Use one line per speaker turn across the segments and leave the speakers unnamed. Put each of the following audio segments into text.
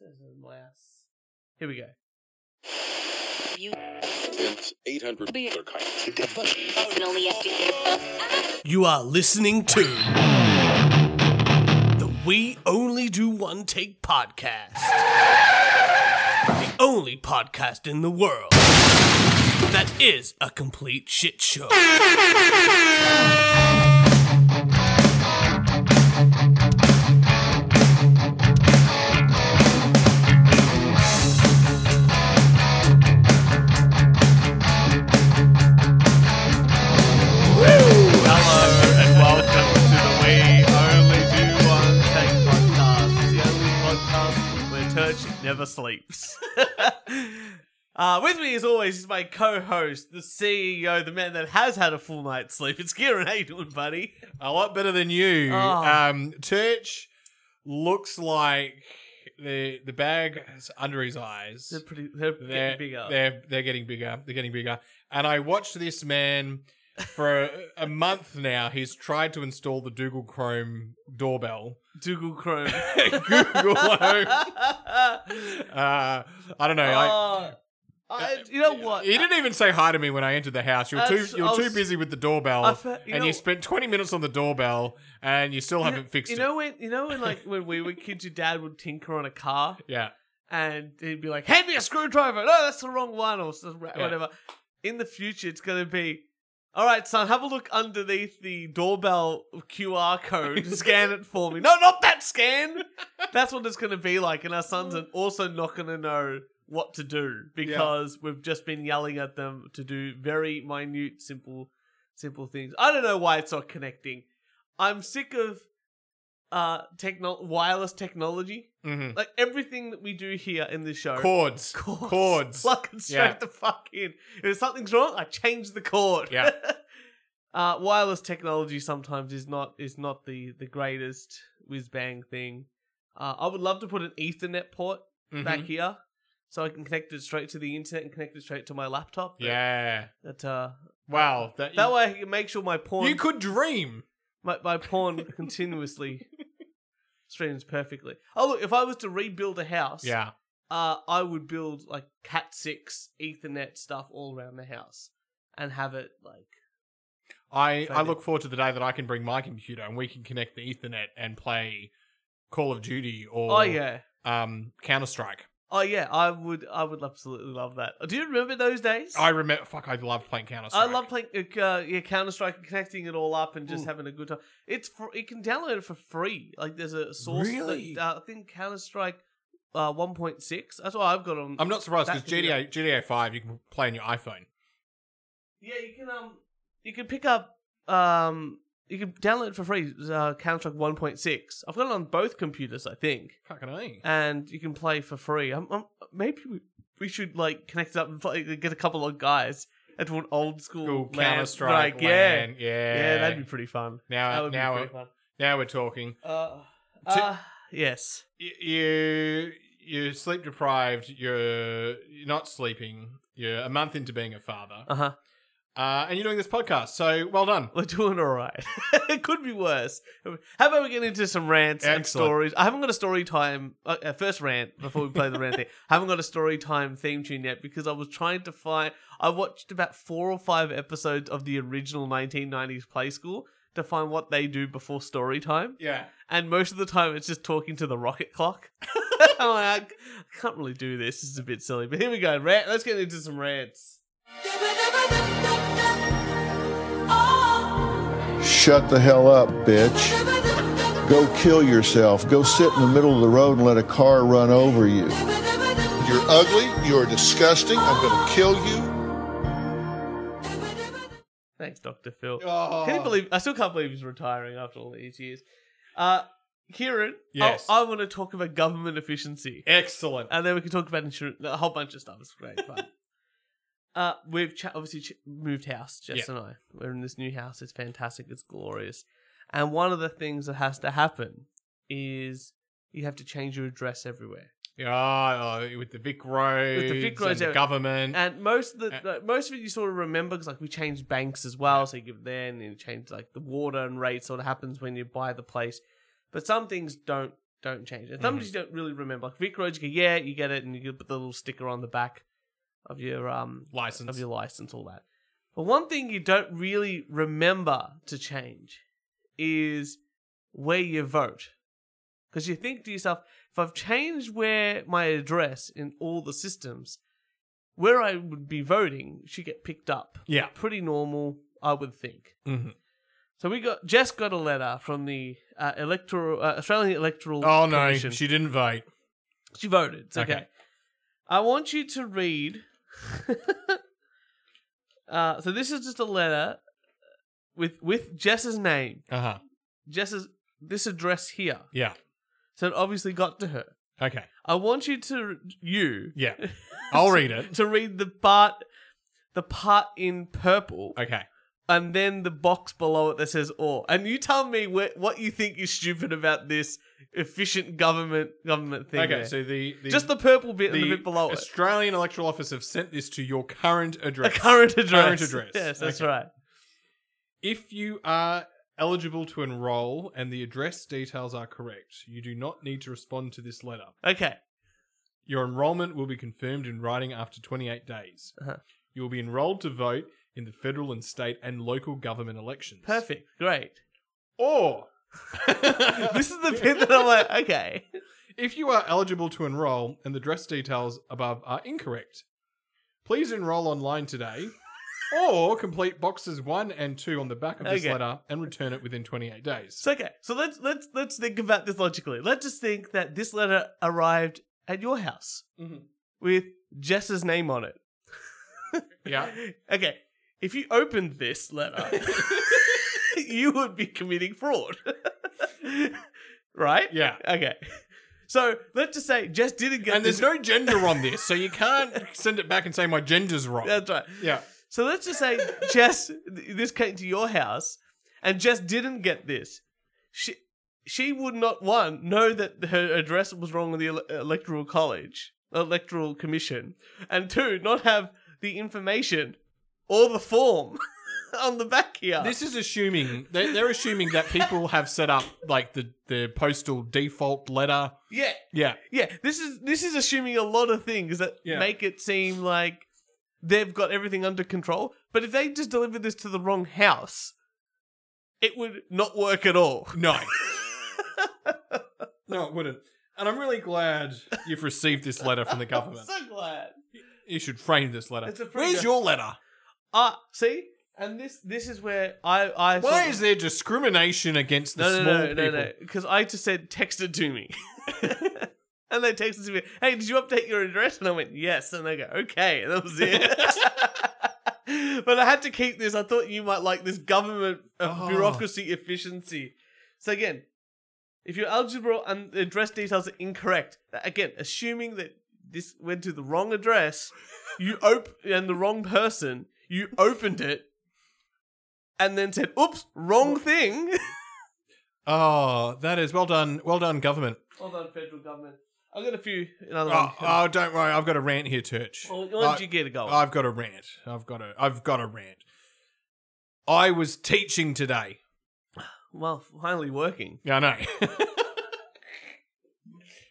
Yes. Less. Here we go.
You
It's 800
Be-
other kind.
only
You are listening to the We Only Do One Take podcast. The only podcast in the world that is a complete shit show.
Hello and welcome to the We Only Do One Take podcast. It's the only podcast where Turch never sleeps. uh, with me, as always, is my co-host, the CEO, the man that has had a full night's sleep. It's Kieran. How you doing, buddy?
A lot better than you.
Oh.
Um, Turch looks like the the bag is under his eyes.
They're pretty. They're getting
They're
bigger.
They're they're getting bigger. They're getting bigger. And I watched this man for a, a month now. He's tried to install the Google Chrome doorbell.
Google Chrome.
Google Home. Uh, I don't know. I, Uh,
Oh, I- you know what?
You didn't even say hi to me when I entered the house. You're too
That's- I
you're too
was-
busy with the doorbell,
I fe- you
and
know-
you spent 20 minutes on the doorbell, and you still
You know-
haven't fixed
you
it.
know when you know when like when we were kids, your dad would tinker on a car
Yeah.
and he'd be like, "Hand me a screwdriver." No, that's the wrong one, or some ra-
Yeah.
whatever. In the future, it's gonna be, "All right, son, have a look underneath the doorbell QR code. scan it for me." No, not that scan. That's what it's gonna be like, and our sons are also not gonna know what to do because we've just been yelling at them to do very minute, simple, simple things. I don't know why it's not connecting. I'm sick of uh techno- wireless technology
Mm-hmm.
like everything that we do here in the show.
Chords.
Chords.
Chords.
Plug it straight
Yeah.
the fuck in. If something's wrong, I change the cord.
Yeah.
uh, wireless technology sometimes is not is not the the greatest whiz bang thing. Uh, I would love to put an Ethernet port back
Mhm.
here, so I can connect it straight to the internet and connect it straight to my laptop. But
Yeah.
That uh,
Wow. That,
that
you,
way I can make sure my porn
you could dream.
my, my porn continuously streams perfectly. Oh look, if I was to rebuild a house,
Yeah.
uh, I would build like Cat six Ethernet stuff all around the house and have it like
I,
So
I
the-
look forward to the day that I can bring my computer and we can connect the Ethernet and play Call of Duty or
oh yeah
um, Counter Strike.
oh yeah I would I would absolutely love that. Do you remember those days?
I remember. Fuck, I love playing Counter
I
Strike.
love playing uh, yeah Counter Strike and connecting it all up and just
Mm.
having a good time. It's fr- you can download it for free. Like there's a source. that-
Really?
uh, I think Counter Strike uh, 1.6. That's what I've got on.
I'm not surprised
That
because
could be
GTA GTA Five you can play on your iPhone.
Yeah, you can um you can pick up um you can download it for free uh, Counter Strike one point six. I've got it on both computers, I think,
Fucking a.
and you can play for free. Um, um, maybe we, we should like connect it up and play, get a couple of guys into an old school LAN,
Counter Strike.
like, yeah,
yeah. Yeah.
yeah, that'd be pretty fun. That
now
would
now
be
we're,
pretty fun.
now we're talking.
Uh,
To-
uh, yes,
Y- you you're sleep deprived. You're you're not sleeping. You're a month into being a father,
uh huh.
uh, and you're doing this podcast. So well done.
We're doing all right. it could be worse. How about we get into some rants and
Excellent.
stories? I haven't got a story time. Uh, uh, first rant before we play the rant thing. I haven't got a story time theme tune yet because I was trying to find. I watched about four or five episodes of the original 1990s Play School to find what they do before story time,
Yeah.
and most of the time it's just talking to the rocket clock. I'm like, I c- I can't really do this. This is a bit silly. But here we go. Rant. Let's get into some rants.
Shut the hell up, bitch. Go kill yourself. Go sit in the middle of the road and let a car run over you. You're ugly. You're disgusting. I'm going to kill you.
Thanks, Doctor Phil.
Oh.
Can you believe? I still can't believe he's retiring after all these years. Uh, Kieran,
Yes.
I, want to talk about government efficiency,
Excellent.
and then we can talk about insurance, a whole bunch of stuff. It's great fun. uh, we've ch- obviously ch- moved house, Jess
Yeah.
and I. We're in this new house. It's fantastic. It's glorious. And one of the things that has to happen is you have to change your address everywhere.
Yeah, oh, with the Vic Roads,
Vic
and
Roads, yeah.
the government.
And most of the
Uh,
like, most of it you sort of remember because like we changed banks as well, so you give it there and then you change like the water and rate sort of happens when you buy the place. But some things don't don't change. And some
Mhm.
things you don't really remember. Like Vic Roads, you go, yeah, you get it, and you can put the little sticker on the back of your um
License.
of your license, all that. But one thing you don't really remember to change is where you vote. Because you think to yourself, if I've changed where my address in all the systems, where I would be voting should get picked up.
Yeah.
Pretty normal, I would think.
Mhm.
So we got Jess got a letter from the uh, electoral uh, Australian Electoral
Oh no,
Commission.
she didn't vote.
She voted. It's okay.
Okay.
I want you to read. uh, so this is just a letter with with Jess's name,
Uh huh.
Jess's this address here.
Yeah.
So it obviously got to her.
Okay.
I want you to you
Yeah. I'll read it.
to read the part the part in purple
Okay.
and then the box below it that says or and you tell me wh- what you think is stupid about this efficient government government thing
Okay.
there.
So the, the
just the purple bit and the bit below it
Australian Electoral Office have sent this to your current
A
address.
current address.
Current address.
Yes, that's
Okay.
right.
If you are eligible to enroll and the address details are correct, you do not need to respond to this letter.
Okay.
Your enrollment will be confirmed in writing after 28 days.
Uh-huh.
You will be enrolled to vote in the federal and state and local government elections.
Perfect. Great.
Or
this is the bit that I'm like, okay.
If you are eligible to enroll and the dress details above are incorrect, please enroll online today or complete boxes 1 and 2 on the back of this
Okay.
letter and return it within 28 days.
So okay. So let's let's let's think about this logically. Let's just think that this letter arrived at your house
Mhm.
with Jess's name on it.
Yeah.
Okay. If you opened this letter, you would be committing fraud. right?
Yeah.
Okay. So let's just say Jess didn't get
And
this.
there's no gender on this, so you can't send it back and say my gender's wrong.
That's right.
yeah.
So let's just say Jess, th- this came to your house, and Jess didn't get this. She she would not one know that her address was wrong with the ele- electoral college, electoral commission, and two not have the information or the form on the back here.
This is assuming they're, they're assuming that people have set up like the the postal default letter.
yeah,
Yeah.
yeah. This is this is assuming a lot of things that
Yeah.
make it seem like they've got everything under control. But if they just delivered this to the wrong house, it would not work at all.
No. no, it wouldn't. And I'm really glad you've received this letter from the government.
I'm so glad.
You should frame this letter.
It's a pretty
Where's
good-
your letter?
Ah, see, and this this is where I I
Why
thought-
is there discrimination against the
no no
small
no
people?
no no because I just said text it to me, and they texted to me. Hey, did you update your address? And I went yes, and they go okay, and that was it. but I had to keep this. I thought you might like this government of
Oh.
bureaucracy efficiency. So again. If your algebra and address details are incorrect, again, assuming that this went to the wrong address, you op- and the wrong person, you opened it and then said, oops, wrong thing.
Oh, that is well done. Well done, government.
Hold on, federal government. I've got a few, another
Oh,
one.
oh, don't worry. I've got a rant here, Church.
Well, why don't
I-
you get a go?
I've got a rant. I've got a. I've got a rant. I was teaching today.
well, finally working.
Yeah, I know.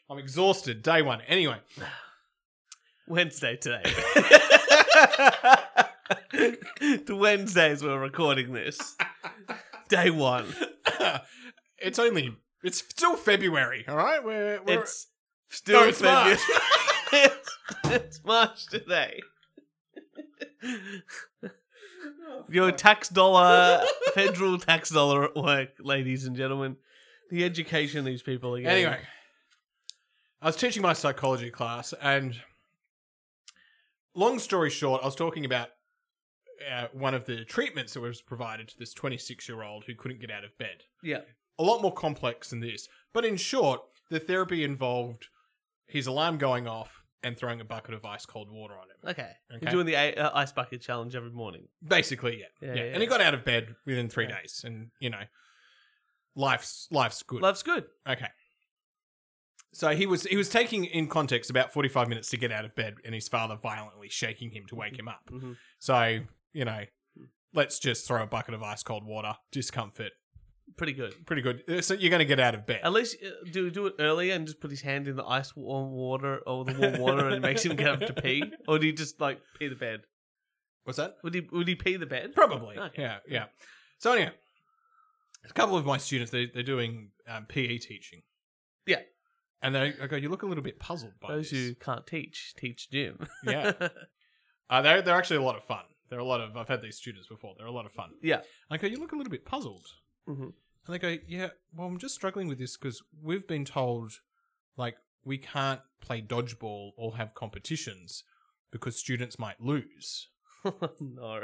I'm exhausted. Day one. Anyway,
Wednesday today. the Wednesdays we're recording this. Day one.
it's only. It's still February. All right. We're. we're
It's still
No, it's
February. it's, it's March today. Your tax dollar, federal tax dollar at work, ladies and gentlemen. The education these people are getting.
Anyway, I was teaching my psychology class, and long story short, I was talking about uh, one of the treatments that was provided to this 26 year old who couldn't get out of bed.
Yeah.
A lot more complex than this. But in short, the therapy involved his alarm going off and throwing a bucket of ice cold water on him.
Okay. You're
Okay.
doing the i- uh, ice bucket challenge every morning.
Basically, yeah.
Yeah,
Yeah.
yeah,
And he
yeah.
got out of bed within three
Yeah.
days, and, you know, life's life's good.
Love's good.
Okay. So he was he was taking in context about 45 minutes to get out of bed and his father violently shaking him to wake him up.
Mhm.
So, you know, let's just throw a bucket of ice cold water, discomfort,
pretty good.
Pretty good. Uh, So you're going to get out of bed.
At least uh, do do it earlier and just put his hand in the ice warm water or the warm water and it makes him get up to pee, or do you just like pee the bed?
What's that?
Would he would he pee the bed?
Probably.
Oh, Okay.
Yeah, yeah. So anyway, a couple of my students they they're doing um, PE teaching.
Yeah.
And they, I go, you look a little bit puzzled by
Those
this.
who can't teach teach Jim.
yeah. Uh, they're they're actually a lot of fun. They're a lot of I've had these students before. They're a lot of fun.
Yeah.
I go, you look a little bit puzzled.
Mhm.
And they go, yeah. Well, I'm just struggling with this because we've been told, like, we can't play dodgeball or have competitions because students might lose.
no.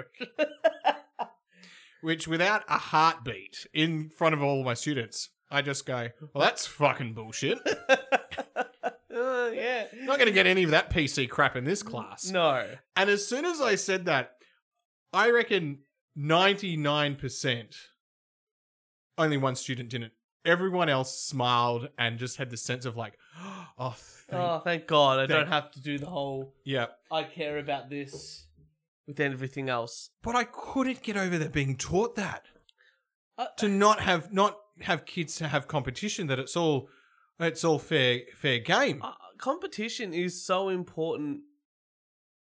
which without a heartbeat in front of all my students, I just go, well, that's fucking bullshit. I'm
Uh, yeah.
not going to get any of that PC crap in this class.
No.
And as soon as I said that, I reckon 99% only one student didn't. Everyone else smiled and just had the sense of like, oh, thank-
Oh, thank God! I
thank-
don't have to do the whole
yeah.
I care about this with everything else.
But I couldn't get over there being taught that. to not have not have kids to have competition that it's all it's all fair fair game.
uh, competition is so important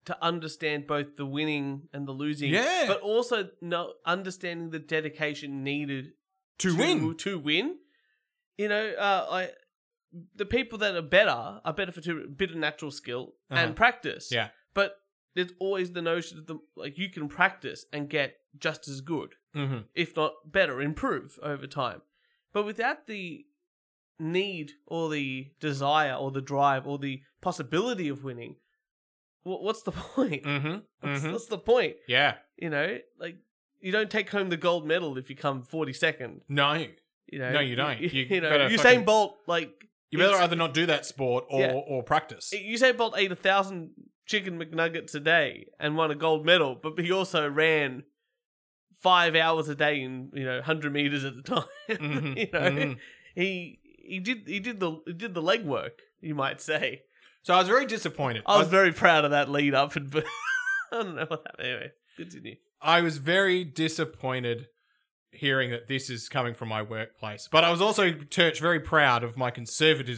to understand both the winning and the losing.
Yeah.
But also no understanding the dedication needed
to, win.
To win. You know, uh, I the people that are better are better for two bit of natural skill
Uh-huh.
and practice.
Yeah.
But there's always the notion that the, like you can practice and get just as good
Mm-hmm.
if not better, improve over time. But without the need or the desire or the drive or the possibility of winning, wh- what's the point?
Mm-hmm.
What's, what's the point?
Yeah.
You know, like you don't take home the gold medal if you come forty second.
No.
You know,
No, you don't. You
know,
better
Usain
fucking-
Bolt, like
You better
it's-
either not do that sport or
Yeah.
or practice.
Usain Bolt ate a thousand chicken McNuggets a day and won a gold medal, but he also ran five hours a day in you know hundred meters at the time.
Mhm,
you know,
mhm.
he he did he did the he did the legwork, you might say.
So I was very disappointed.
I was very proud of that lead up, and but I don't know what happened. Anyway, continue.
I was very disappointed hearing that this is coming from my workplace. But I was also church very proud of my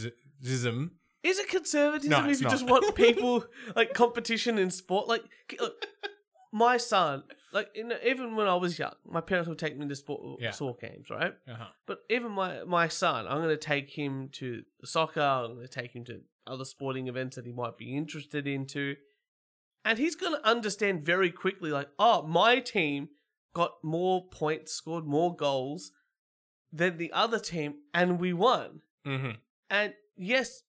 conservatism.
Is it conservatism
No,
if
it's
you
not.
just want people like competition in sport? Like, c- look, my son, like you know, even when I was young, my parents would take me to sport
Yeah.
sport games, right?
Uh-huh.
But even my my son, I'm going to take him to soccer. I'm going to take him to other sporting events that he might be interested into, and he's going to understand very quickly. Like, oh, my team got more points, scored more goals than the other team, and we won.
Mm-hmm.
And yes,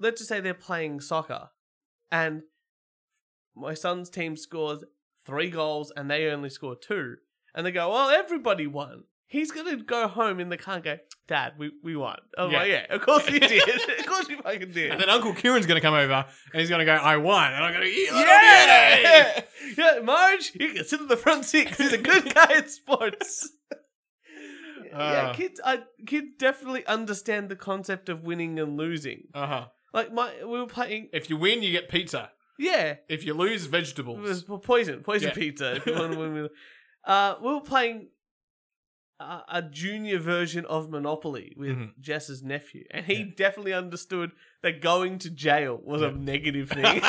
let's just say they're playing soccer, and my son's team scores three goals and they only score two, and they go, "Well, everybody won." He's gonna go home in the car and go, "Dad, we we won." Oh yeah.
Yeah.
like, yeah, of course you did. of course you fucking did.
And then Uncle Kieran's going to come over and he's going to go, I won. And I'm going to, yeah!
yeah, yeah, Marge, you can sit in the front six. He's a good guy at sports. yeah,
Uh.
kids, I, kids definitely understand the concept of winning and losing.
Uh huh.
Like my, we were playing.
If you win, you get pizza.
Yeah,
If you lose,
It was
vegetables.
po- poison, poison
Yeah.
pizza. If you want to win with, uh, we were playing a, a junior version of Monopoly with
Mhm.
Jess's nephew, and he definitely understood that going to jail was a negative thing. And,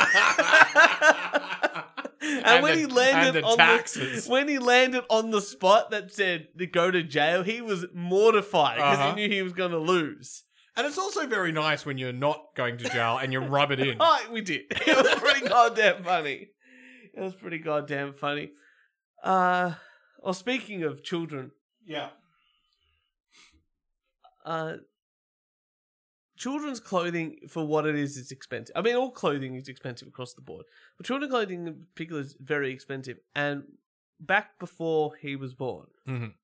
And
when
the-
he landed
and the
on
taxes.
the when he landed on the spot that said to go to jail, he was mortified because
Uh-huh.
he knew he was going to lose.
And it's also very nice when you're not going to jail and you rub it in.
Oh, we did. It was pretty goddamn funny. It was pretty goddamn funny. Uh, well, speaking of children,
Yeah.
uh, children's clothing for what it is is expensive. I mean, all clothing is expensive across the board, but children's clothing in particular is very expensive. And back before he was born,
Mhm.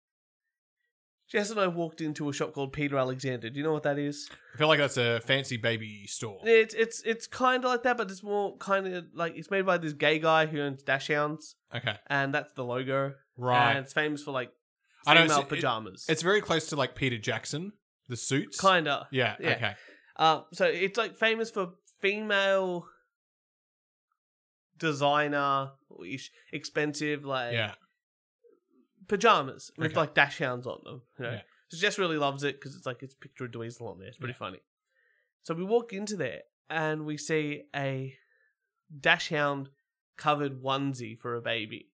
Jess and I walked into a shop called Peter Alexander. Do you know what that is?
I feel like that's a fancy baby store.
It's it's it's kind of like that, but it's more kind of like it's made by this gay guy who owns Dashhounds.
Okay.
and that's the logo.
Right.
And it's famous for like
I don't
female
see- it-
pajamas.
It's very close to like Peter Jackson, the suits.
kinda.
Yeah,
Yeah.
okay.
Uh, so it's like famous for female designer ish expensive like
Yeah.
pajamas with
Okay.
like dash hounds on them. You know?
Yeah.
because Jess really loves it because it's like it's a picture of Dweezil on there. It's pretty funny. So we walk into there and we see a dashhound covered onesie for a baby.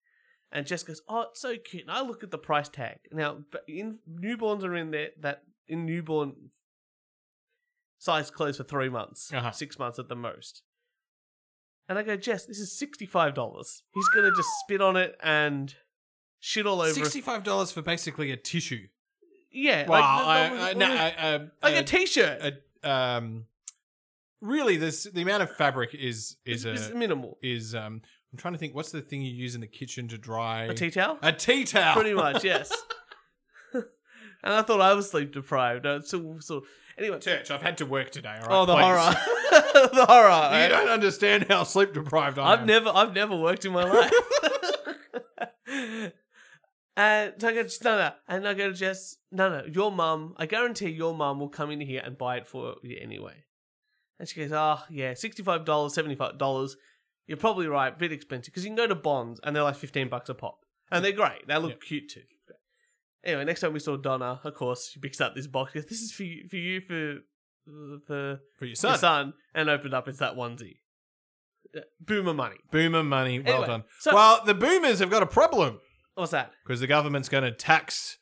And Jess goes, "Oh, it's so cute." And I look at the price tag. Now, but in newborns are in there that in newborn size clothes for three months,
Uh-huh.
six months at the most. And I go, Jess, this is sixty-five dollars. He's gonna just spit on it and shit all over. us.
Sixty-five dollars for basically a tissue.
Yeah,
Wow,
like, the- the-
I, I,
the-
no, I, um,
like a
uh,
t-shirt.
a- um, really, this the amount of fabric is
it's,
is
it's
a,
minimal.
is um. I'm trying to think. What's the thing you use in the kitchen to dry
A tea towel,
A tea towel?
pretty much. Yes. and I thought I was sleep deprived. I was so, so anyway.
Church. I've had to work today. All right,
oh, the
please.
horror! the horror.
You
right?
don't understand how sleep deprived I
I've
am.
never, I've never worked in my life. and so I go, to- Uh, no, no, and I go to Jess, no, no, your mum. I guarantee your mum will come in here and buy it for you anyway. And she goes, oh yeah, sixty-five dollars, seventy-five dollars. You're probably right, bit expensive because you can go to Bonds and they're like fifteen bucks a pop, and they're great. They look cute too. Anyway, next time we saw Donna, of course, she picks up this box. She goes, this is for you, for you, for uh, for
for your
your
son.
son, and opened up. It's that onesie. Uh, Boomer money.
Boomer money. Well
Anyway,
done.
so-
well, the boomers have got a problem
What's that?
because the government's going to tax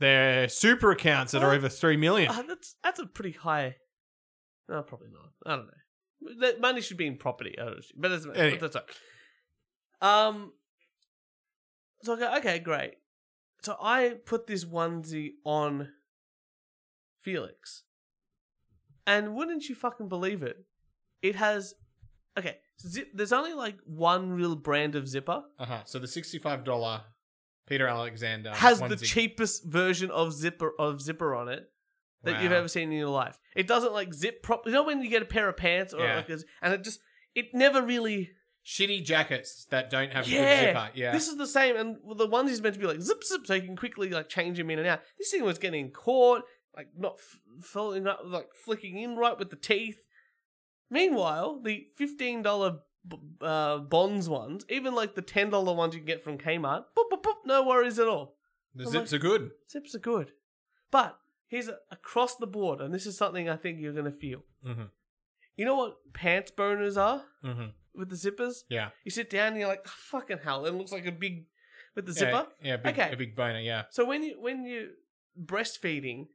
their super accounts that are
Oh.
over three million.
Ah, that's that's a pretty high. No, probably not. I don't know. That money should be in property, I don't- but that's,
Anyway.
that's all right. Um. So I go, okay, great. So I put this onesie on Felix, and wouldn't you fucking believe it? It has, okay. Zip, there's only like one real brand of zipper.
Uh-huh. So the sixty-five dollar Peter Alexander
has the
um, onesie.
cheapest version of zipper of zipper on it that you've
Wow.
ever seen in your life. It doesn't like zip prop. You know when you get a pair of pants or
Yeah.
like a, and it just it never really.
shitty jackets that don't have
Yeah.
a good zipper. Yeah.
This is the same, and the ones he's meant to be like zip zip, so you can quickly like change him in and out. This thing was getting caught, like not f- falling up, like flicking in right with the teeth. Meanwhile, the fifteen dollar b- uh, bonds ones, even like the ten dollar ones you can get from Kmart, boop boop boop, no worries at all.
the
I'm
zips
like-
are good.
Zips are good. But here's a, across the board, and this is something I think you're going to feel.
Mhm.
You know what pants boners are
Mm-hmm.
with the zippers?
Yeah.
You sit down and you're like, "Oh, fucking hell, it looks like a big, with the
Yeah,
zipper.
Yeah. Big,
Okay.
A big boner. Yeah.
So when you when you breastfeeding,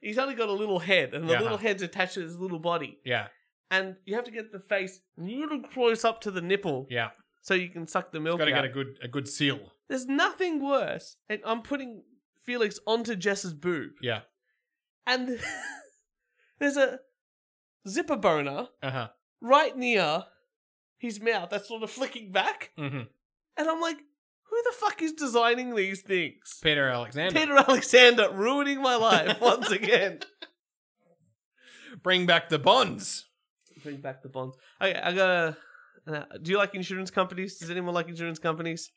he's only got a little head, and the
Yeah.
little head's attached to his little body,
Yeah.
and you have to get the face a little close up to the nipple
Yeah.
so you can suck the milk
Got to
out.
get a good a good seal.
There's nothing worse, and I'm putting Felix onto Jess's boob.
Yeah.
and there's a zipper boner
Uh huh.
right near his mouth that's sort of flicking back.
Mm-hmm.
And I'm like, who the fuck is designing these things?
Peter Alexander.
Peter Alexander ruining my life once again.
Bring back the bonds.
Bring back the bonds. Okay, I gotta. Uh, do you like insurance companies? Does anyone like insurance companies?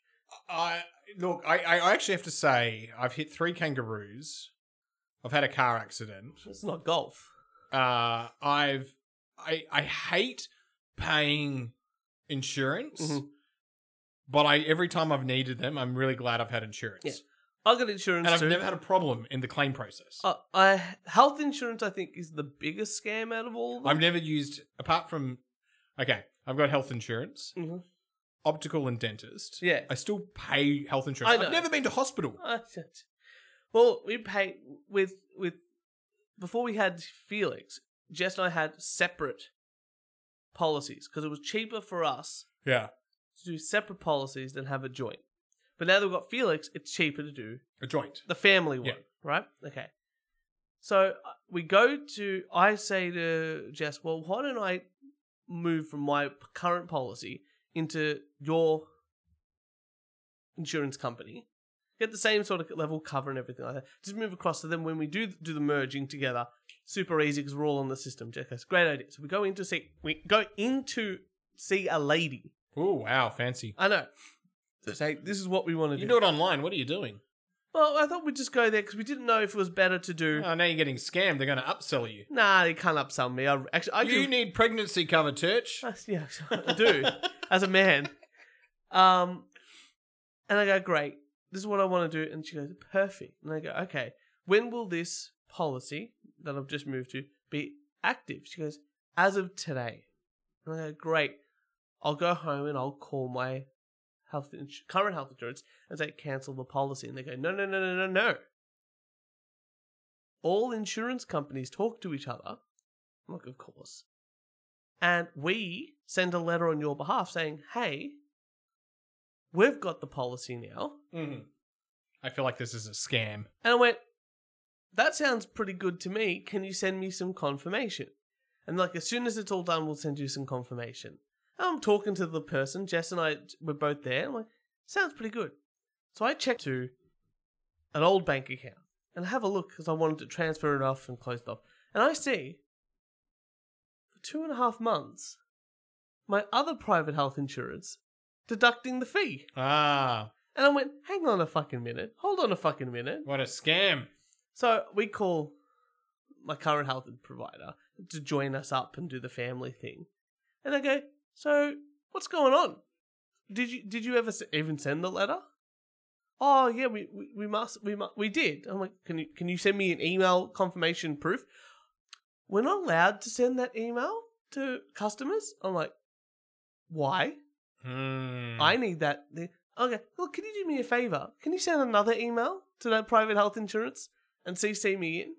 I look. I, I actually have to say I've hit three kangaroos. I've had a car accident.
It's not golf.
Uh, I've I I hate paying insurance,
Mhm.
but I every time I've needed them, I'm really glad I've had insurance,
Yeah. I got insurance
and I've
too.
never had a problem in the claim process.
uh, I health insurance. I think is the biggest scam out of all. Of them.
I've never used apart from okay. I've got health insurance,
Mhm.
optical, and dentist.
Yeah.
I still pay health insurance.
I know. Oh.
I've never been to hospital.
I don't- well, we pay with with before we had Felix. Jess and I had separate policies because it was cheaper for us
Yeah,
to do separate policies than have a joint. But now that we've got Felix, it's cheaper to do
a joint.
the family one,
Yeah.
right? Okay. So uh, we go to. I say to Jess, "Well, why don't I move from my p- current policy into your insurance company, get the same sort of level cover and everything like that? Just move across to them when we do do the merging together. Super easy because we're all on the system." Jess goes, "Great idea." So we go into see we go into see a lady.
Oh wow, fancy.
I know. They Say this is what we want to do.
You do it online. What are you doing?
well, I thought we'd just go there because we didn't know if it was better to do.
Oh, now you're getting scammed. They're going to upsell you.
Nah, they can't upsell me. I actually, I
you
do.
need pregnancy cover, Turch.
Uh, yeah, I do as a man. Um, and I go, great. This is what I want to do. And she goes, perfect. And I go, okay. When will this policy that I've just moved to be active? She goes, as of today. And I go, great. I'll go home and I'll call my health ins- current health insurance and say cancel the policy. And they go, no, no, no, no, no, no. All insurance companies talk to each other. I'm like, of course. And we send a letter on your behalf saying, hey, we've got the policy now.
Mm-hmm. I feel like this is a scam.
And I went, that sounds pretty good to me. Can you send me some confirmation? And like, as soon as it's all done, we'll send you some confirmation. And I'm talking to the person. Jess and I were both there. I'm like, sounds pretty good. So I checked to an old bank account and have a look because I wanted to transfer it off and close it off. And I see for two and a half months, my other private health insurance deducting the fee.
Ah,
And I went, hang on a fucking minute. Hold on a fucking minute.
what a scam.
So we call my current health provider to join us up and do the family thing, and I go, "So what's going on? Did you did you ever s- even send the letter? Oh yeah, we we, we must we must, we did. I'm like, can you can you send me an email confirmation proof? We're not allowed to send that email to customers. I'm like, why?
Hmm.
I need that. The- Okay, well, can you do me a favor? Can you send another email to that private health insurance and CC me in?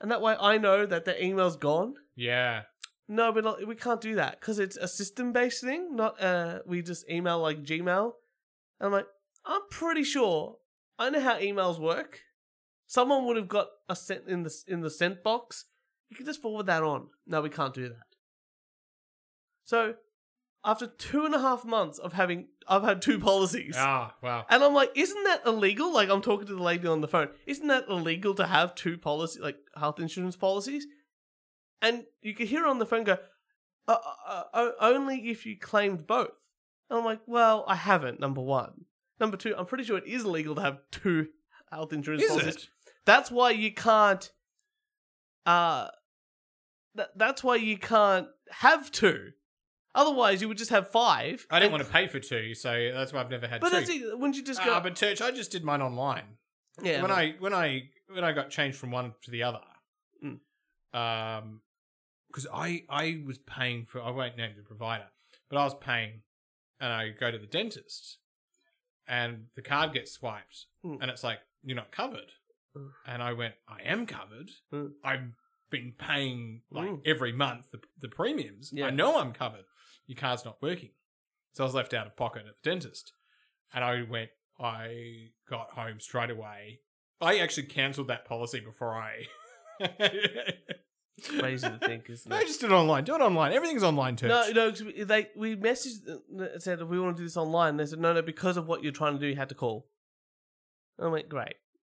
And that way I know that the email's gone.
yeah.
No, we're not, we can't do that because it's a system based thing, not uh, we just email like Gmail. And I'm like, I'm pretty sure I know how emails work. Someone would have got a sent in the in the sent box. You can just forward that on. No, we can't do that. So, after two and a half months of having, I've had two policies.
Ah, wow.
And I'm like, isn't that illegal? Like, I'm talking to the lady on the phone. Isn't that illegal to have two policy, like health insurance policies? And you could hear her on the phone go, uh, uh, uh, only if you claimed both. And I'm like, well, I haven't. Number one. Number two, I'm pretty sure it is illegal to have two health insurance
Is
policies.
it?
That's why you can't. Uh, th- that's why you can't have two. Otherwise, you would just have five.
I didn't
And-
want to pay for two, so that's why I've never had
But
two.
that's it. Wouldn't you just go?
Ah, but Church, I just did mine online.
yeah, but-
when I when I when I got changed from one to the other,
Mm.
um, because I I was paying for I won't name the provider, but I was paying, and I go to the dentist, and the card gets swiped,
Mm.
and it's like you're not covered,
Mm.
and I went I am covered.
Mm.
I've been paying like
Mm.
every month the, the premiums.
Yeah.
I know I'm covered. Your card's not working, so I was left out of pocket at the dentist, and I went. I got home straight away I actually cancelled that policy before I.
crazy to think, isn't
No,
it?
just do it online. Do it online. Everything's online, Turch.
No, no, 'cause we- they we messaged them and said we want to do this online. they said no, no, because of what you're trying to do, you had to call. I went great.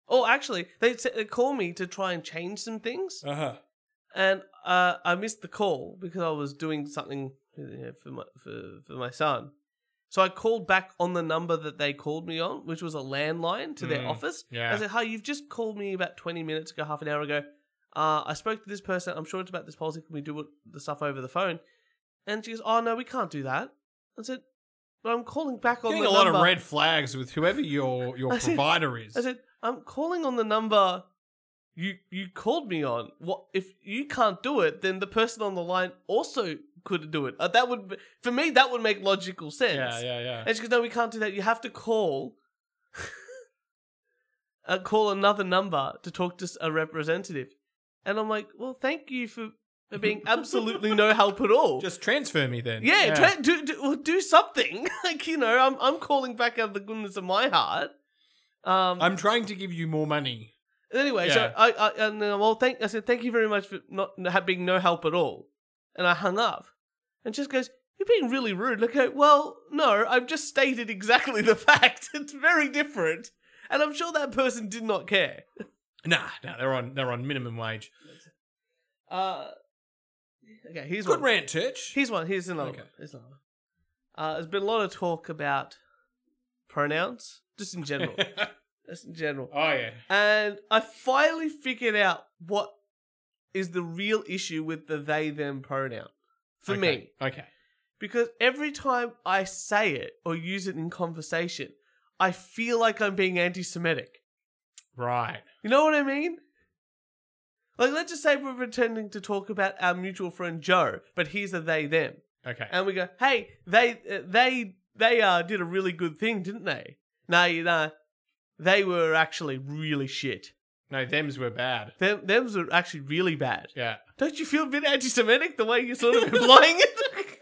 Oh, actually, they said they called me to try and change some things,
Uh huh.
and uh, I missed the call because I was doing something you know, for my for, for my son. So I called back on the number that they called me on, which was a landline to their
Mm.
office.
Yeah.
I said, "Hi, you've just called me about twenty minutes ago, half an hour ago. Uh, I spoke to this person. I'm sure it's about this policy. Can we do it- the stuff over the phone?" And she goes, "Oh no, we can't do that." I said, "But I'm calling back on
Getting
the
a lot
number."
of red flags with whoever your your
I said-
provider is.
I said, "I'm calling on the number you you called me on. What if you can't do it? Then the person on the line also could do it. Uh, that would be, for me that would make logical sense."
yeah, yeah, yeah.
And she goes, "No, we can't do that. You have to call, uh, call another number to talk to s- a representative." And I'm like, "Well, thank you for for being absolutely no help at all.
Just transfer me then.
yeah, Try, do do well, do something. like you know, I'm I'm calling back out of the goodness of my heart." Um,
I'm trying to give you more money.
Anyway,
Yeah.
so I, I and uh, well, thank I said thank you very much for not ha- being no help at all, and I hung up, and just goes, "You're being really rude." And I go, "Well, no, I've just stated exactly the fact. It's very different, and I'm sure that person did not care."
Nah, nah. They're on they're on minimum wage.
Uh, okay, here's
Good
one.
rant, Church.
Here's one. Here's another
Okay.
one. Here's another one. Uh, there's been a lot of talk about pronouns, just in general,
oh
just in general.
yeah.
And I finally figured out what is the real issue with the they them pronoun for
Okay,
me.
Okay.
Because every time I say it or use it in conversation, I feel like I'm being anti Semitic.
Right.
You know what I mean? Like, let's just say we're pretending to talk about our mutual friend Joe, but here's a they them,
Okay.
and we go, "Hey, they uh, they they uh, did a really good thing, didn't they? No, you know, they were actually really shit.
no, them's were bad.
Them them's were actually really bad.
Yeah.
Don't you feel a bit anti-Semitic the way you're sort of implying it?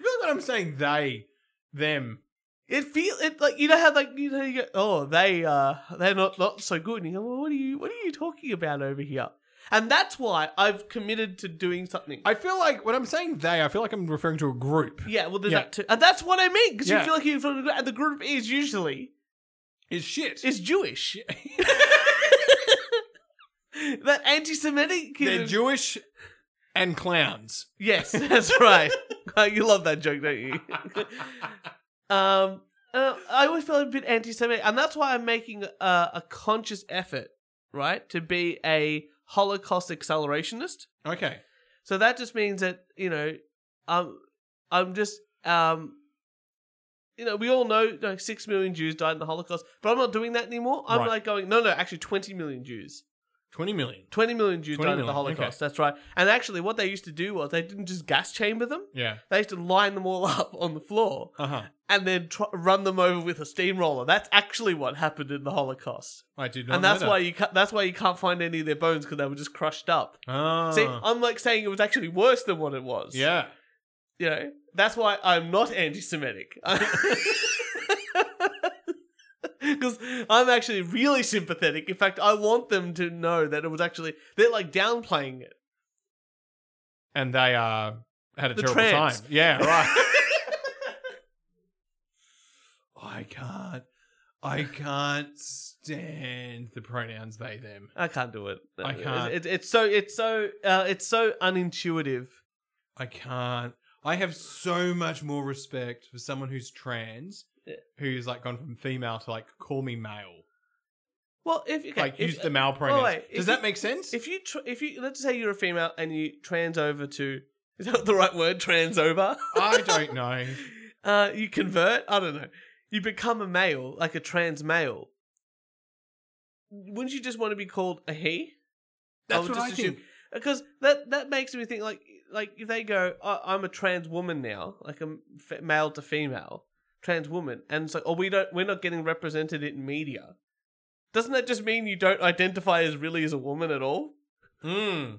Really, what I'm saying, they, them.
It feel it like you know how like you know you go oh they uh they're not not so good and you go well what are you what are you talking about over here and that's why I've committed to doing something
I feel like when I'm saying they, I feel like I'm referring to a group.
yeah well there's
Yeah.
that too and that's what I mean because
Yeah.
you feel like you're from the group and the group is usually
Is shit.
is Jewish that anti-Semitic
They're Jewish and clowns.
yes that's right Uh, you love that joke don't you um uh, I always feel a bit anti-Semitic, and that's why I'm making a, a conscious effort, right, to be a Holocaust accelerationist.
Okay.
So that just means that you know, um, I'm just um, you know, we all know like six million Jews died in the Holocaust, but I'm not doing that anymore. I'm
Right.
like going, no, no, actually, twenty million Jews.
20 million.
20 million Jews
20
died in the
million, okay.
Holocaust. That's right. And actually, what they used to do was they didn't just gas chamber them.
Yeah.
They used to line them all up on the floor
Uh huh.
and then tr- run them over with a steamroller. That's actually what happened in the Holocaust,
I did not
and
know
that's
that.
why you ca- that's why you can't find any of their bones because they were just crushed up.
Ah.
See, I'm like saying it was actually worse than what it was.
yeah.
you know that's why I'm not anti-Semitic. Because I'm actually really sympathetic. In fact, I want them to know that it was actually they're like downplaying it.
And they uh, had a
The
terrible
trans.
time. Yeah, right. I can't. I can't stand the pronouns they, them.
I can't do it.
I can't.
It, it's so it's so uh, it's so unintuitive.
I can't. I have so much more respect for someone who's trans,
Yeah.
who's like gone from female to like call me male,
Well, if okay,
like
if-
use the male pronouns.
wait, if
Does that
you-
make sense?
If you tr- if you let's say you're a female and you trans over to is that the right word trans over?
I don't know.
uh, you convert. I don't know. You become a male, like a trans male. Wouldn't you just want to be called a he?
That's
would
what I
just assume-
think.
Because that that makes me think like like if they go I I'm a trans woman now, like a f- male to female trans woman, and it's like oh we don't we're not getting represented in media. Doesn't that just mean you don't identify as really as a woman at all?
Mm.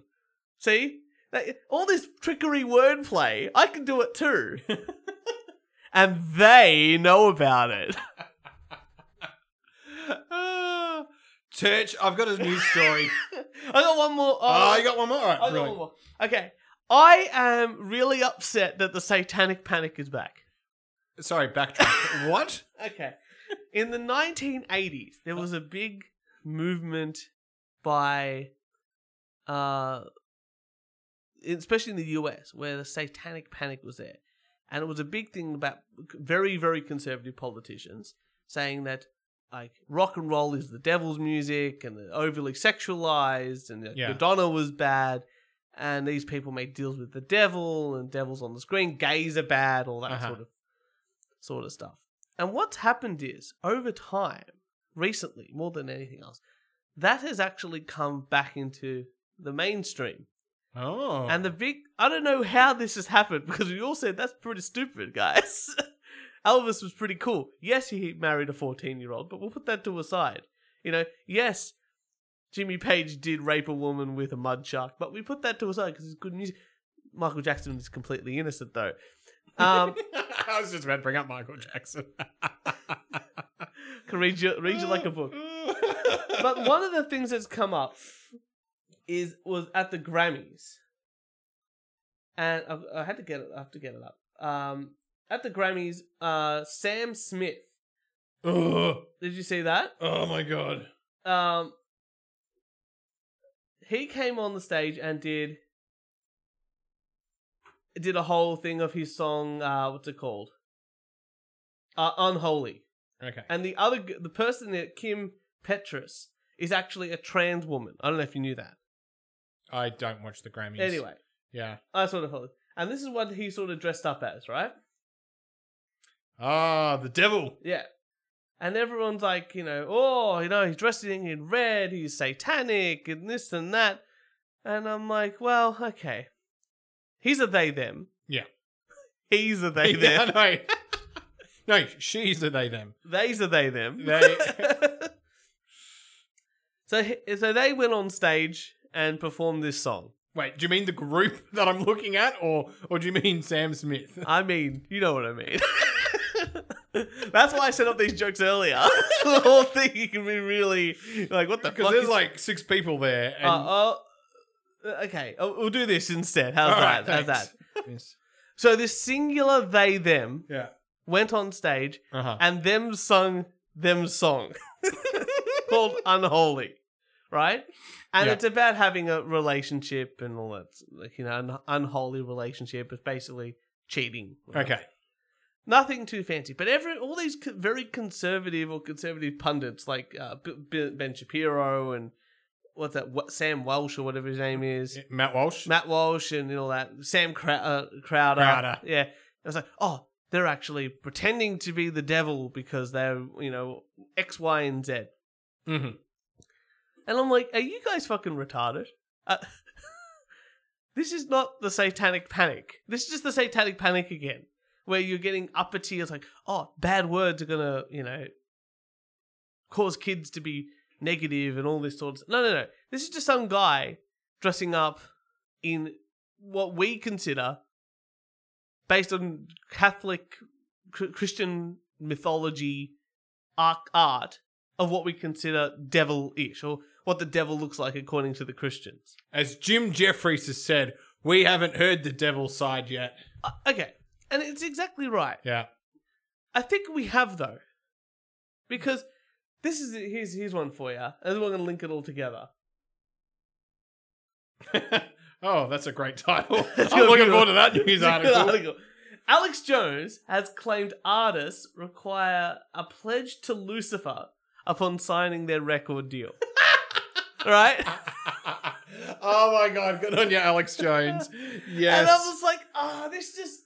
See? That- all this trickery wordplay, I can do it too. and they know about it. Hmm.
Ah. Church, I've got a news story.
I got one more.
oh, you got one more. All
I
right,
got
brilliant.
one more. Okay. I am really upset that the satanic panic is back.
Sorry, backtrack. what?
Okay. In the 1980s, there was a big movement by, uh, especially in the US, where the satanic panic was there. And it was a big thing about very, very conservative politicians saying that, like, rock and roll is the devil's music and they're overly sexualized and that
Yeah.
Madonna was bad. And these people made deals with the devil and devils on the screen. Gays are bad, all that
Uh-huh.
sort of sort of stuff. And what's happened is, over time, recently, more than anything else, that has actually come back into the mainstream.
Oh.
And the big, I don't know how this has happened because we all said that's pretty stupid, guys. Elvis was pretty cool. Yes, he married a 14 year old, but we'll put that to aside. You know, yes, Jimmy Page did rape a woman with a mud shark, but we put that to aside because it's good music. Michael Jackson is completely innocent, though. Um,
I was just about to bring up Michael Jackson.
can read you, read you like a book. but one of the things that's come up is was at the Grammys, and I, I had to get it. I have to get it up. Um, at the Grammys, uh, Sam Smith.
Ugh.
Did you see that?
Oh my god.
Um, he came on the stage and did did a whole thing of his song. Uh, what's it called? Uh, Unholy.
Okay.
And the other, g- the person that Kim Petras is actually a trans woman. I don't know if you knew that.
I don't watch the Grammys.
Anyway,
Yeah.
I sort of thought, and this is what he sort of dressed up as, right?
Ah, the devil.
Yeah. And everyone's like, you know, oh, you know, he's dressing in red, he's satanic, and this and that. And I'm like, well, okay. He's a they them.
Yeah.
He's a they
Yeah,
them.
I know. no, she's a they them.
They's a they them.
They
so he- so they went on stage and performed this song.
wait. Do you mean the group that I'm looking at, or or do you mean Sam Smith?
I mean, you know what I mean. That's why I set up these jokes earlier. the whole thing you can be really like, what the
Because
fuck?
there's
is-
like six people there. And,
Uh, uh, okay, uh, we'll do this instead. How's
All right,
that? How's that?
thanks. Yes.
So this singular they them
Yeah.
went on stage
Uh huh.
and them sung them song called Unholy, right? And
Yeah.
it's about having a relationship and all that, like, you know, an unholy relationship is basically cheating.
Okay.
Nothing too fancy, but every all these co- very conservative or conservative pundits like uh, B- B- Ben Shapiro and what's that what, Sam Welsh or whatever his name is,
Matt Walsh.
Matt Walsh and all that, Sam Crow- uh, Crowder,
Crowder.
yeah. It was like, oh, they're actually pretending to be the devil because they're you know X, Y, and Z.
hmm
And I'm like, are you guys fucking retarded? Uh, this is not the satanic panic. This is just the satanic panic again, where you're getting upper tiers like, oh, bad words are gonna, you know, cause kids to be negative and all this sort of stuff. No, no, no. This is just some guy dressing up in what we consider, based on Catholic cr- Christian mythology, arc art of what we consider devil-ish or what the devil looks like according to the Christians.
As Jim Jeffries has said, we haven't heard the devil's side yet.
Uh, okay, and it's exactly right.
Yeah.
I think we have though, because this is here's here's one for you, and then we're gonna link it all together.
oh, that's a great title.
It's
I'm
gonna
looking
be-
forward to that news
It's a good
article.
article. Alex Jones has claimed artists require a pledge to Lucifer upon signing their record deal. right?
oh my god, good on you, Alex Jones.
And I
Yes.
was like, ah, this just,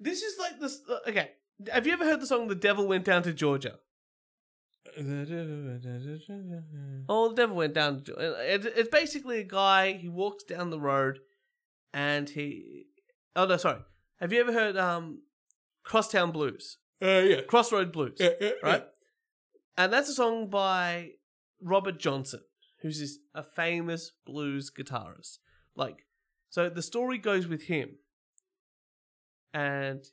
this is like this. uh, Okay, have you ever heard the song "The Devil Went Down to Georgia"? Oh, the devil went down to Georgia. It's, it's basically a guy. He walks down the road, and he. Oh no, sorry. Have you ever heard um, "Crosstown Blues"?
Uh, yeah.
Crossroad Blues.
Yeah, yeah, yeah.
right? And that's a song by Robert Johnson, who's this, a famous blues guitarist. Like, so the story goes with him, and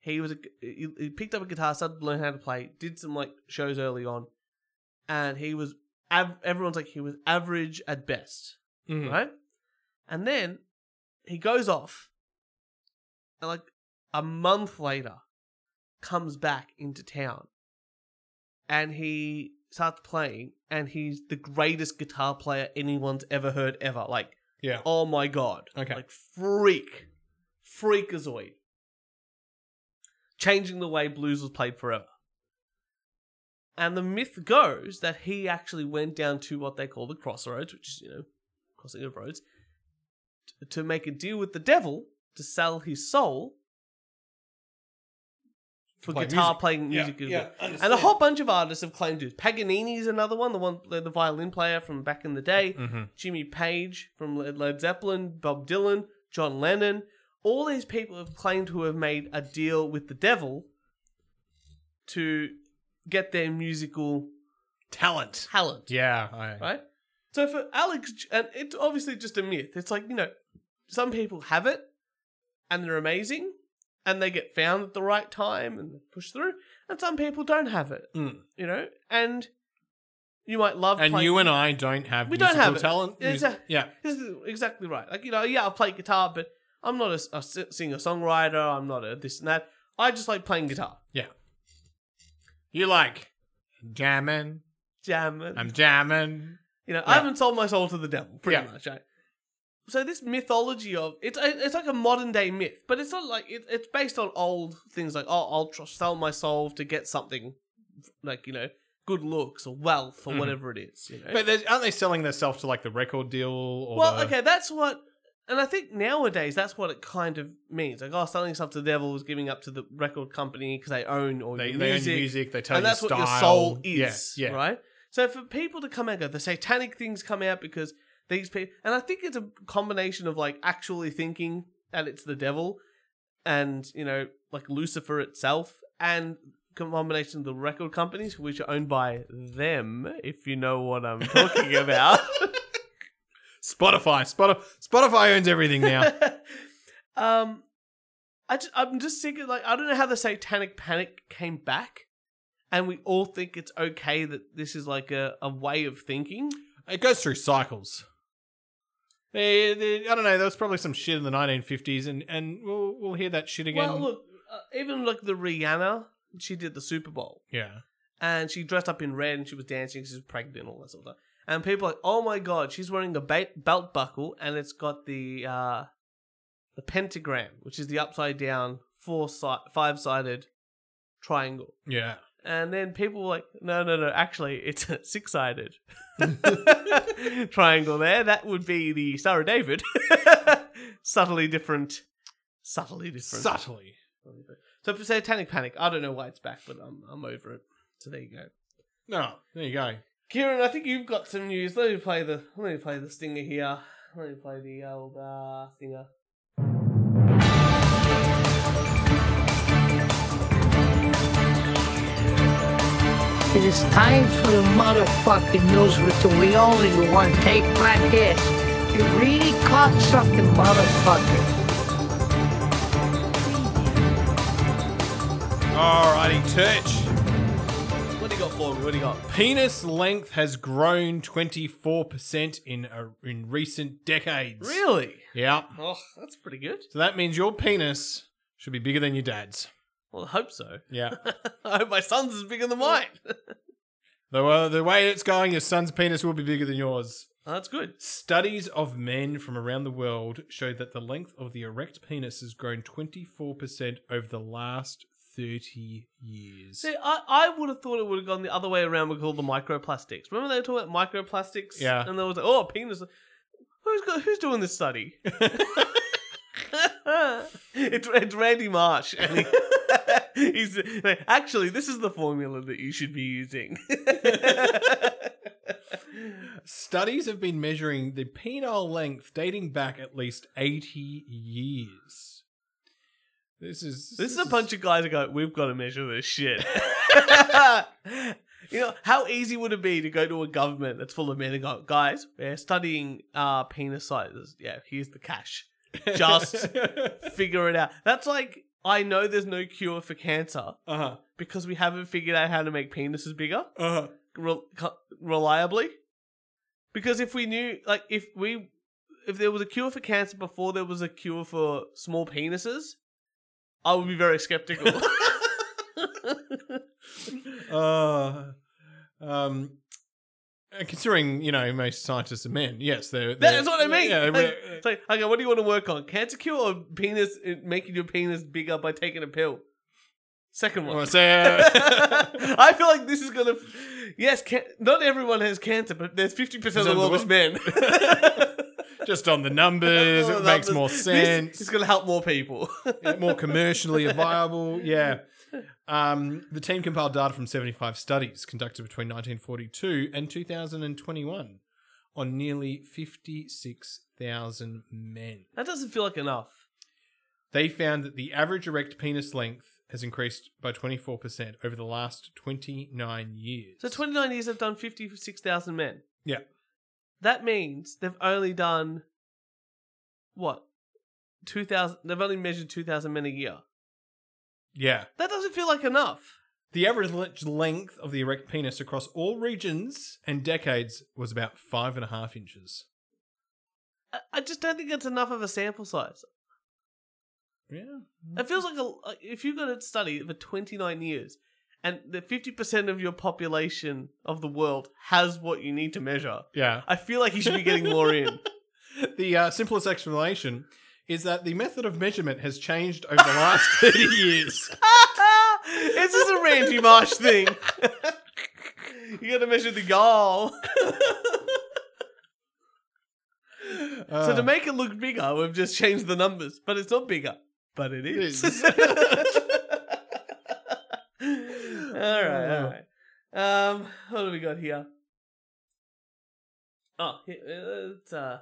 he was a, he he picked up a guitar, started to learn how to play, did some like shows early on, and he was av- everyone's like he was average at best
Mhm.
right? And then he goes off, and like a month later, comes back into town, and he starts playing, and he's the greatest guitar player anyone's ever heard ever. Like,
Yeah.
oh my god,
Okay.
like freak, freakazoid, changing the way blues was played forever. And the myth goes that he actually went down to what they call the crossroads, which is, you know, crossing of roads, t- to make a deal with the devil to sell his soul for
Play
guitar
music.
playing
Yeah,
music. as
yeah,
well. and
understand.
a whole bunch of artists have claimed it. Paganini's another one, the one the violin player from back in the day.
Mhm.
Jimmy Page from Led Led Zeppelin, Bob Dylan, John Lennon. All these people have claimed to have made a deal with the devil to get their musical
Talent.
talent
Yeah. I-
right? So for Alex, and it's obviously just a myth. It's like you know, some people have it, and they're amazing, and they get found at the right time and push through, and some people don't have it,
Mm.
you know. And you might love
And
playing-
you and I don't have
We don't
musical
have it.
talent.
It's
Mus-
a-
yeah.
This is exactly right. Like you know, yeah, I play guitar, but I'm not a, a singer songwriter. I'm not a this and that. I just like playing guitar,
You like jamming.
jamming.
I'm jamming.
You know, I
Yeah.
haven't sold my soul to the devil, pretty
Yeah.
much. Right? So this mythology of it's it's like a modern day myth, but it's not like it, it's based on old things like oh I'll tr- sell my soul to get something like you know good looks or wealth or
Mhm.
whatever it is. You know?
But there's- aren't they selling themselves to like the record deal? Or
well,
the-
okay, that's what And I think nowadays that's what it kind of means. Like, oh, selling stuff to the devil is giving up to the record company because they own all
They,
your
they own
music,
your music. They tell
and
you
that's what
style.
your soul
Yeah,
is,
yeah.
right? So for people to come out, and go the satanic things come out because these people, and I think it's a combination of like actually thinking that it's the devil, and you know, like Lucifer itself, and combination of the record companies which are owned by them, if you know what I'm talking about.
Spotify. Spotify. Spotify owns everything now.
um, I just, I'm just thinking like I don't know how the Satanic Panic came back, and we all think it's okay that this is like a, a way of thinking.
it goes through cycles. They- they- I don't know. There was probably some shit in the 1950s, and and we'll we'll hear that shit again.
Well, look, uh, even like the Rihanna, she did the Super Bowl
yeah.
and she dressed up in red and she was dancing. 'cause She was pregnant, and all that sort of stuff. And people are like, oh my god, she's wearing a ba- belt buckle and it's got the uh, the pentagram, which is the upside down four si- five sided triangle.
Yeah.
And then people were like, no, no, no, actually, it's a six sided triangle there. That would be the Sarah David. subtly different. Subtly different.
Subtly.
so for Satanic Panic, I don't know why it's back, but I'm, I'm over it. So there you go.
No. There you go.
Kieran, I think you've got some news. Let me play the let me play the stinger here. Let me play the old uh, stinger.
It is time for the motherfucking news with the we only one take podcast. You really caught something, motherfucker.
Alrighty, church.
What do you got for me? What do you got?
Penis length has grown 24% in a, in recent decades.
Really?
Yeah.
Oh, that's pretty good.
So that means your penis should be bigger than your dad's.
Well, I hope so.
Yeah.
I hope my son's is bigger than mine.
the, uh, the way it's going, your son's penis will be bigger than yours.
that's good.
Studies of men from around the world show that the length of the erect penis has grown 24% over the last 30 years.
See, I, I would have thought it would have gone the other way around with all the microplastics. Remember they were talking about microplastics?
Yeah.
And there was like, oh, penis. Who's got, who's doing this study? it's, it's Randy Marsh. And he, he's like, actually, this is the formula that you should be using.
Studies have been measuring the penile length dating back at least 80 years. This is
this is a bunch of guys who go, we've got to measure this shit. you know, how easy would it be to go to a government that's full of men and go, guys, we're studying uh, penis sizes. Yeah, here's the cash. just- figure it out. That's like I know there's no cure for cancer
uh-huh.
because we haven't figured out how to make penises bigger
Uh-huh.
rel co- reliably. Because if we knew, like, if we if there was a cure for cancer before there was a cure for small penises, I would be very skeptical.
Uh, um, and considering you know most scientists are men, yes, they're, they're-
That's what I mean.
Yeah,
like,
we're- uh,
it's like, okay, what do you want to work on? Cancer cure or penis making your penis bigger by taking a pill? Second
I
one.
wanna say, uh,
I feel like this is gonna. Yes, can- not everyone has cancer, but there's fifty percent of the world is men.
just on the numbers, it makes more sense.
It's gonna help more people.
more commercially viable. Yeah. Um, the team compiled data from 75 studies conducted between 1942 and 2021 on nearly 56,000 men.
that doesn't feel like enough.
They found that the average erect penis length has increased by 24% over the last 29 years.
So twenty nine years, they've done fifty six thousand men.
Yeah.
That means they've only done what two thousand. They've only measured two thousand men a year.
Yeah.
That doesn't feel like enough.
The average le- length of the erect penis across all regions and decades was about five and a half inches.
I, I just don't think it's enough of a sample size.
Yeah.
It feels like a like, if you got a study for 29 years and the 50% of your population of the world has what you need to measure.
Yeah.
I feel like you should be getting more in.
The uh, simplest explanation is that the method of measurement has changed over the last 30 years.
it's just a Randy Marsh thing. you got to measure the goal. so to make it look bigger, we've just changed the numbers, but it's not bigger, but it is.
is.
all right, all right. Um, what have we got here? Oh, he- uh, it's uh,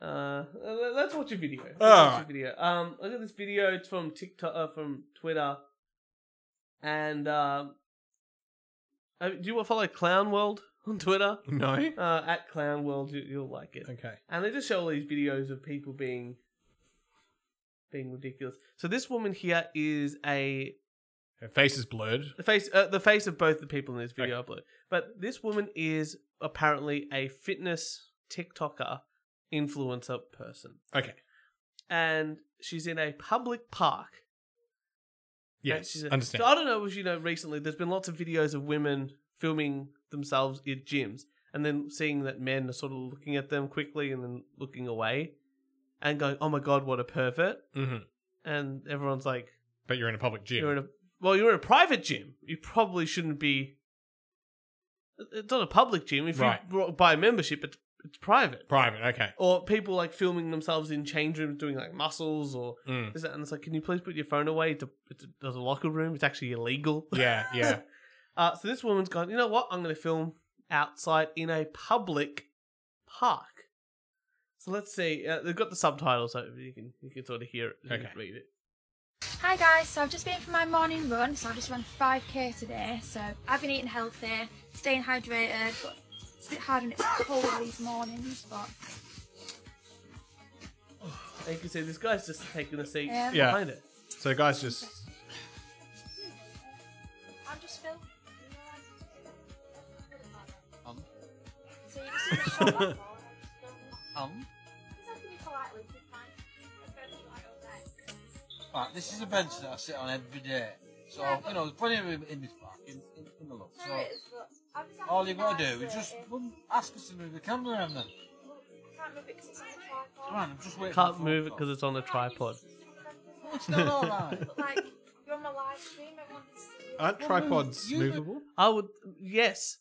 uh, let- let's watch a video. Let's
All
watch a
right.
video. Um, look at this video. It's from TikTok, uh, from Twitter, and um, uh, do you follow Clown World on Twitter?
No.
uh, at Clown World, you, you'll like it.
Okay.
And they just show all these videos of people being being ridiculous. So this woman here is a
Her face is blurred.
the face uh, the face of both the people in this video upload. But this woman is apparently a fitness TikToker influencer person,
Okay.
and she's in a public park. Right?
Yes.
She's a-
understand.
So I don't know if you know recently. There's been lots of videos of women filming themselves in gyms, and then seeing that men are sort of looking at them quickly and then looking away, and going, "Oh my god, what a pervert!"
hmm
And everyone's like,
But you're in a public gym.
"You're in a well, you're in a private gym. You probably shouldn't be. It's not a public gym. If
Right.
you buy a membership, it's it's private."
Private. Okay.
Or people like filming themselves in change rooms doing like muscles or
Mm.
is that, and it's like, can you please put your phone away? It's a, it's a, there's a locker room. It's actually illegal.
Yeah. Yeah.
Uh, so this woman's gone, you know what? I'm going to film outside in a public park. So let's see. Uh, they've got the subtitles, so you can you can sort of hear it, you can
Okay.
read it.
Hi guys, so I've just been for my morning run, so I just ran 5k today. So I've been eating healthy, staying hydrated, but it's a bit hard when it's cold these mornings. But
And you can see this guy's just taking a seat
Yeah.
Yeah.
behind it.
So guys, just
I'm just filming. So you just need to show that for.
Um,
Something politely, it's fine. I've got you right over there.
right, this is a bench that I sit on every day. So, you know, there's plenty of room in this park, in, in, in the look.
There
So,
it is, but I've just had
all
to
you've got to
relax
do is
it.
just um, ask us to move the camera around then.
Can't move it 'cause it's on the tripod.
Come on, I'm just waiting.
Can't move it because it's on a tripod.
it's. It's not alright.
But like, you're on my live stream, everyone can see it.
aren't tripods
you-
movable?
I would yes.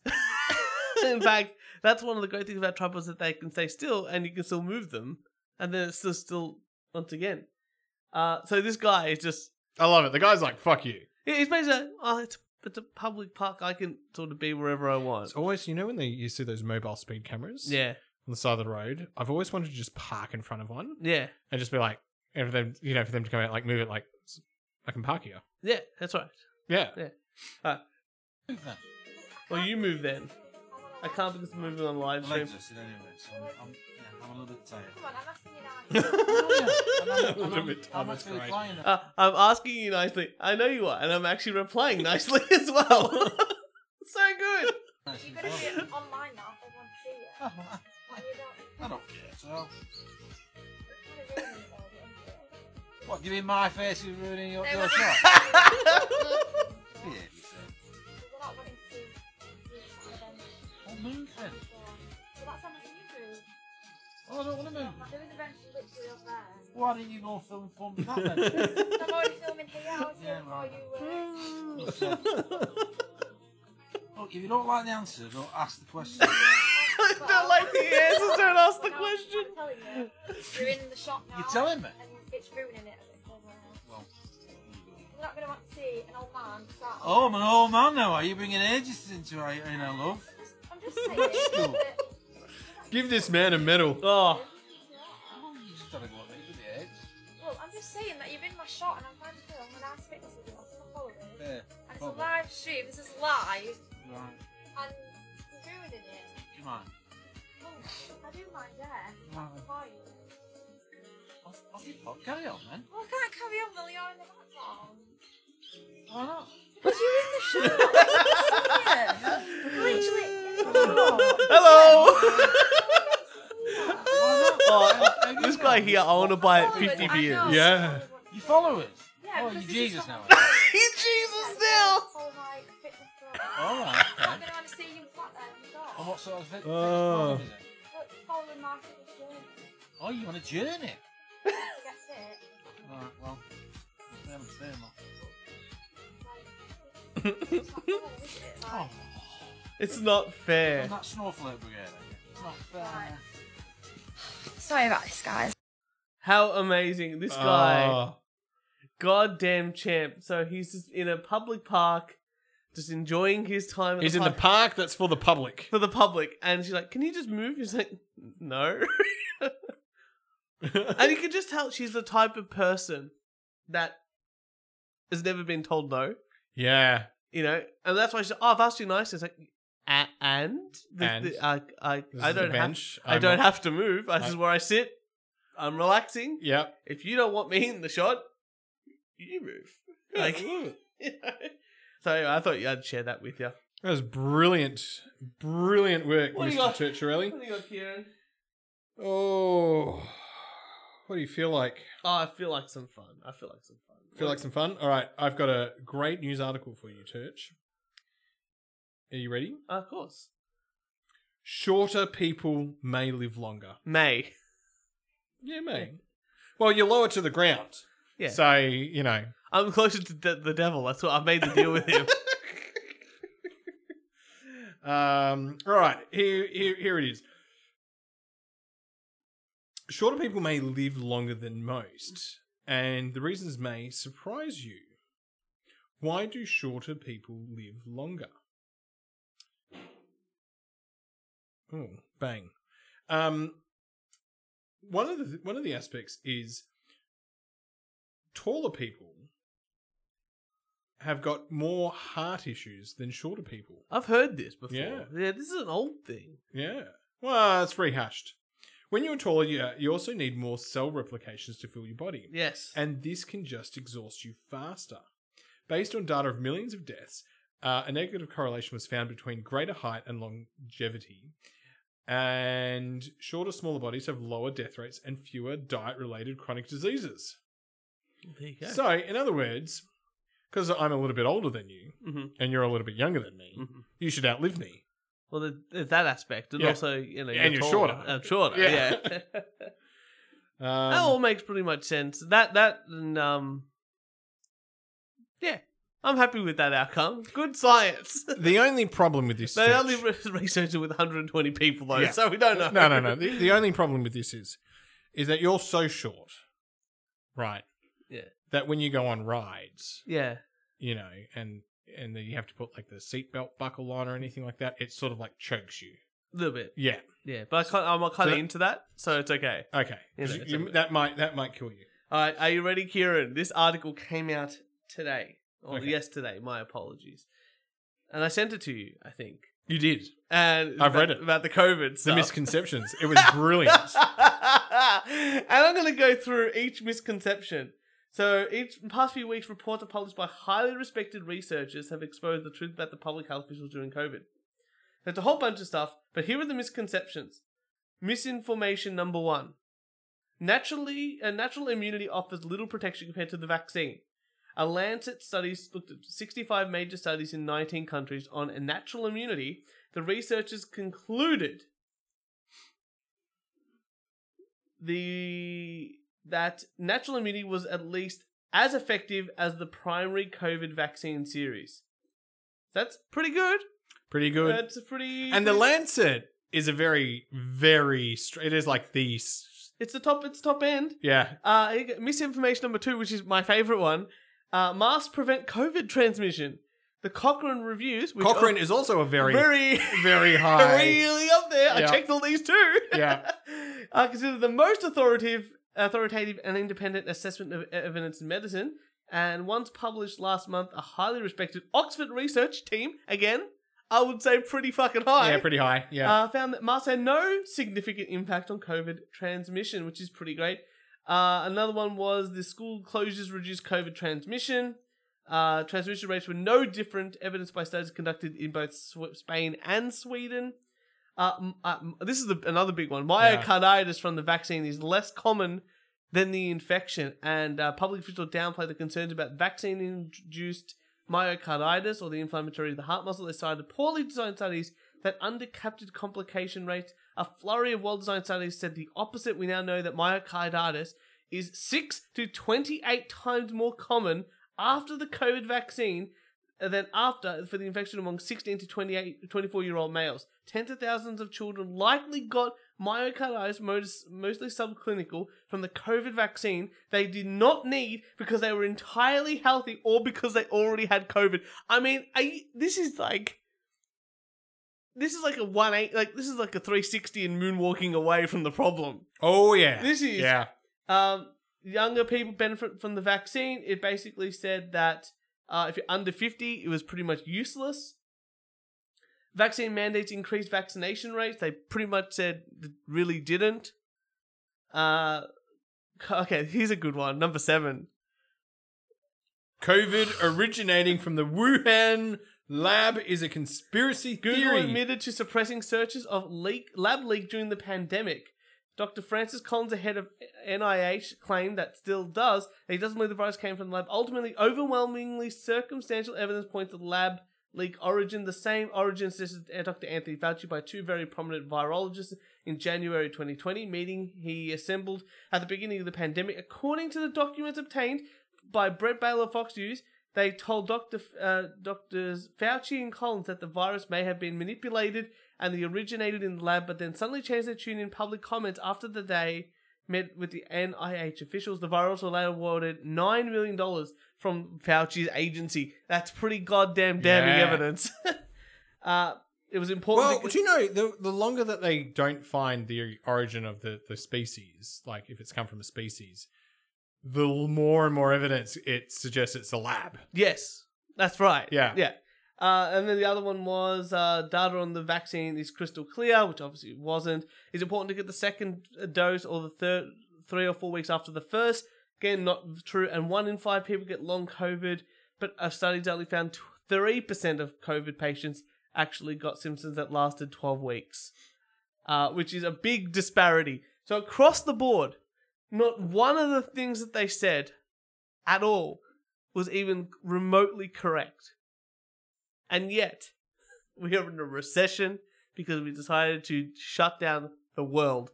In fact, that's one of the great things about tripods that they can stay still and you can still move them, and then it's still still once again. Uh, so this guy is just
I love it. The guy's like, "Fuck you."
Yeah, It's basically like, oh, it's it's a public park. I can sort of be wherever I want.
It's always, you know, when they you see those mobile speed cameras,
Yeah,
on the side of the road. I've always wanted to just park in front of one
yeah,
and just be like, and for them, you know, for them to come out, like move it, like "S- I can park here.
yeah. That's right.
Yeah.
Move then.
Well, you move then. I can't because I'm moving on live
My
stream.
legs are sitting anyway, so I'm, I'm, yeah, I'm a little bit tired.
Come on, I'm asking you now.
And I'm,
A little
and I'm,
bit tired,
I'm
that's
actually
great.
flying now.
Uh, I'm asking you nicely. I know you are, and I'm actually replying nicely as well. so good.
You're gonna do it online now if everyone see it.
I Oh.
And you don't
I don't care. So,
you're gonna ruin it all, don't you?
what? Give me my face. You're ruining your,
No,
your
but-
shot. Yeah,
We're not wanting to see it on
Well, Oh,
the bench
move then.
before. But that's how much you do.
Well, I don't want to move.
There is a bench literally up there.
Why didn't you go and film from that then?
I'm already filming here, I was here
Yeah,
before
right.
you were.
Look, if you don't like the answer, don't ask the question.
I don't like the answers. Don't ask the
No,
question.
I'm telling you. You're in the shop now.
You're telling me?
And it's ruining it. We're
well,
not going to want to see an old man sat
oh, I'm
on
an
it.
old man now. Are you bringing ages into our, in our love?
I'm just saying. that
Give this man a medal.
Oh,
Oh, you just gotta go up there for the age.
well, I'm just saying that you're in my shot and I'm trying to film and I spit this is I'm following. And
Fair.
it's a
Probably.
live stream. This is live
Right.
and you're ruining it.
Come on.
Oh, I do mind there.
Wow.
That's the point.
Off, off you pop. Carry on, then.
Well, I can't carry on while you're in the background.
Why not?
Because you're in the shot. I can see it. Literally. in the shot.
hello.
Why
Oh,
not?
this guy here, I want to buy it
Followers,
50
I
beers.
know.
Yeah.
You follow us?
Yeah,
oh,
because
you
this is
Jesus now.
not-
are you?
He Jesus now.
Oh my fitness program.
All right.
I'm not
Okay.
going to want to see you fat there.
And
I'm not.
what sort of
Uh.
thing?
Oh.
is it?
Look, Following my fitness journey.
Oh, you on a journey?
That's it.
All right. Well, then I'm staying on.
Like, it's not cool, is it? Like,
Oh,
It's not fair.
and that snowflake brigade. It's not fair.
Sorry about this, guys.
How amazing. This guy.
Ah. Uh,
goddamn champ. So he's just in a public park, just enjoying his time. At
he's
the
in the
park
park that's for the public.
for the public, and she's like, "Can you just move?" He's like, "No." and you can just tell she's the type of person that has never been told no.
yeah.
You know, and that's why she's like, "Oh, I've asked you nicely." It's like, "A- "And, The-
And?
the- I, I,
This
I
is the
don't have,
bench.
I
I'm
don't
not-
have to move. This is where I sit. I'm relaxing.
Yep.
If you don't want me in the shot, you move." Like,
that
so anyway, I thought I'd share that with you.
was brilliant, brilliant work,
What do you
Mr.
got?
Turcharelli.
What do you got, Kieran?
Oh, what do you feel like?
Oh, I feel like some fun. I feel like some fun.
Feel like some fun? All right, I've got a great news article for you, Turch. Are you ready?
Uh, of course.
Shorter people may live longer.
May.
Yeah, mate. Well, you're lower to the ground.
Yeah.
So, you know.
I'm closer to de- the devil. That's what I've made the deal with him.
Um, all right, here, here, here it is. Shorter people may live longer than most, and the reasons may surprise you. Why do shorter people live longer? Oh, bang. Um, one of the one of the aspects is taller people have got more heart issues than shorter people.
I've heard this before.
Yeah.
this is an old thing.
Yeah. Well, it's rehashed. When you're taller, you, you also need more cell replications to fill your body,
Yes.
and this can just exhaust you faster. Based on data of millions of deaths, uh, a negative correlation was found between greater height and longevity. And shorter, smaller bodies have lower death rates and fewer diet related chronic diseases.
there you go.
So, in other words, because I'm a little bit older than you
Mhm.
and you're a little bit younger than me,
Mhm.
you should outlive me.
Well, there- there's that aspect, and
Yeah.
also you know,
And you're
taller.
shorter.
I'm shorter. Yeah.
Yeah. Um,
that all makes pretty much sense. That that and um, yeah, I'm happy with that outcome. Good science.
The only problem with this,
They
search-
only re- researched it with 120 people though,
Yeah.
so we don't know.
no, no, no. The, the only problem with this is, is that you're so short, right?
Yeah.
That when you go on rides,
yeah,
you know, and and then you have to put like the seatbelt buckle on or anything like that, it sort of like chokes you.
a little bit.
Yeah.
Yeah, but I can't, I'm kind
So
of
that-
into that, so it's okay.
Okay.
You know,
You-
it's
you-
a-
that might that might kill you.
All right, are you ready, Kieran? This article came out today or
Okay.
yesterday. My apologies, and I sent it to you. I think,
You did
and it's
I've
about-
read it.
about the COVID.
the
stuff.
misconceptions. It was brilliant.
and I'm going to go through each misconception. So, each past few weeks, reports are published by highly respected researchers have exposed the truth about the public health officials during COVID. There's a whole bunch of stuff, but here are the misconceptions. Misinformation number one: naturally, uh, natural immunity offers little protection compared to the vaccine. A Lancet study looked at 65 major studies in 19 countries on natural immunity. The researchers concluded the that natural immunity was at least as effective as the primary COVID vaccine series. That's pretty good.
Pretty good.
That's a pretty
and the
pretty-
Lancet is a very very. str- It is like the. s-
It's the top. It's top end.
Yeah.
Uh, here you go. misinformation number two, which is my favorite one. Uh, masks prevent COVID transmission. The Cochrane reviews. Which
Cochrane
are
is also a very
very,
very high.
really up there.
Yeah.
I checked all these too.
Yeah.
I consider the most authoritative, authoritative and independent assessment of evidence in medicine, and once published last month, a highly respected Oxford research team, again, I would say pretty fucking high,
Yeah, pretty high. Yeah.
uh, found that masks had no significant impact on COVID transmission, which is pretty great. Uh, another one was the school closures reduced COVID transmission. Uh, transmission rates were no different, evidenced by studies conducted in both Sw- Spain and Sweden. Uh, m- uh, m- this is the, another big one.
Yeah.
Myocarditis from the vaccine is less common than the infection, and uh, public officials downplay the concerns about vaccine-induced myocarditis or the inflammatory of the heart muscle. They cited poorly designed studies that undercapped complication rates. A flurry of well-designed studies said the opposite. We now know that myocarditis is six to twenty-eight times more common after the COVID vaccine and then after for the infection among 16 to 28 24 year old males tens of thousands of children likely got myocarditis, most, mostly subclinical, from the COVID vaccine they did not need because they were entirely healthy or because they already had COVID. I mean, are you- this is like. This is like a one eight, like this is like a three sixty and moonwalking away from the problem.
Oh yeah.
This is-
yeah.
Um, younger people benefit from the vaccine. It basically said that uh, if you're under 50, it was pretty much useless. Vaccine mandates increased vaccination rates. They pretty much said it really didn't. Uh, okay, here's a good one. Number seven.
COVID originating from the Wuhan lab is a conspiracy
Google
theory.
admitted to suppressing searches of leak, lab leak during the pandemic. Dr. Francis Collins, the head of NIH, claimed that still does. That he doesn't believe the virus came from the lab. Ultimately, overwhelmingly circumstantial evidence points to the lab leak origin, the same origin suggested to Dr. Anthony Fauci by two very prominent virologists in January 2020, meeting he assembled at the beginning of the pandemic. According to the documents obtained by Brett Baylor of Fox News, they told Dr. F- uh, Doctors Fauci and Collins that the virus may have been manipulated and they originated in the lab, but then suddenly changed their tune in public comments after the day met with the NIH officials. The virus were later awarded $9 million from Fauci's agency. That's pretty goddamn damning
Yeah.
evidence. uh, it was important.
well,
to-
do you know the the longer that they don't find the origin of the the species, like if it's come from a species, the more and more evidence it suggests it's a lab.
Yes, that's right.
Yeah.
yeah. Uh, and then the other one was uh, data on the vaccine is crystal clear, which obviously it wasn't. It's important to get the second uh, dose or the third, three or four weeks after the first. Again, not true. And one in five people get long COVID, but a study only found three percent of COVID patients actually got symptoms that lasted twelve weeks, uh, which is a big disparity. So across the board, not one of the things that they said at all was even remotely correct. And yet, we are in a recession because we decided to shut down the world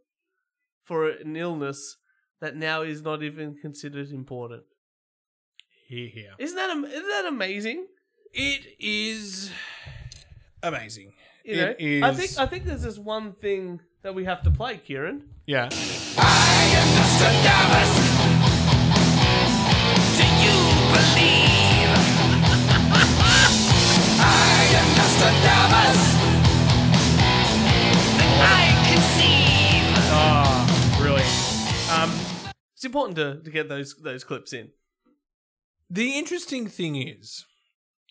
for an illness that now is not even considered important.
Here, here.
Isn't that am- isn't that amazing?
It is amazing.
You know,
It
I
is-
think I think there's this one thing that we have to play, Kieran.
Yeah. Ah, brilliant. Um,
It's important to, to get those those clips in.
The interesting thing is,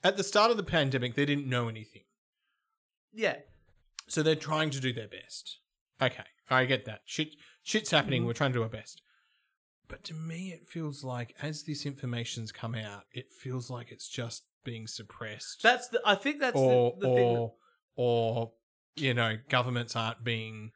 at the start of the pandemic, they didn't know anything.
Yeah,
So they're trying to do their best. Okay, I get that. Shit, shit's
Mm-hmm.
happening. We're trying to do our best. But to me, it feels like as this information's come out, it feels like it's just being suppressed,
that's the. I think that's
or
the, the
or
thing. that-
or you know, governments aren't being.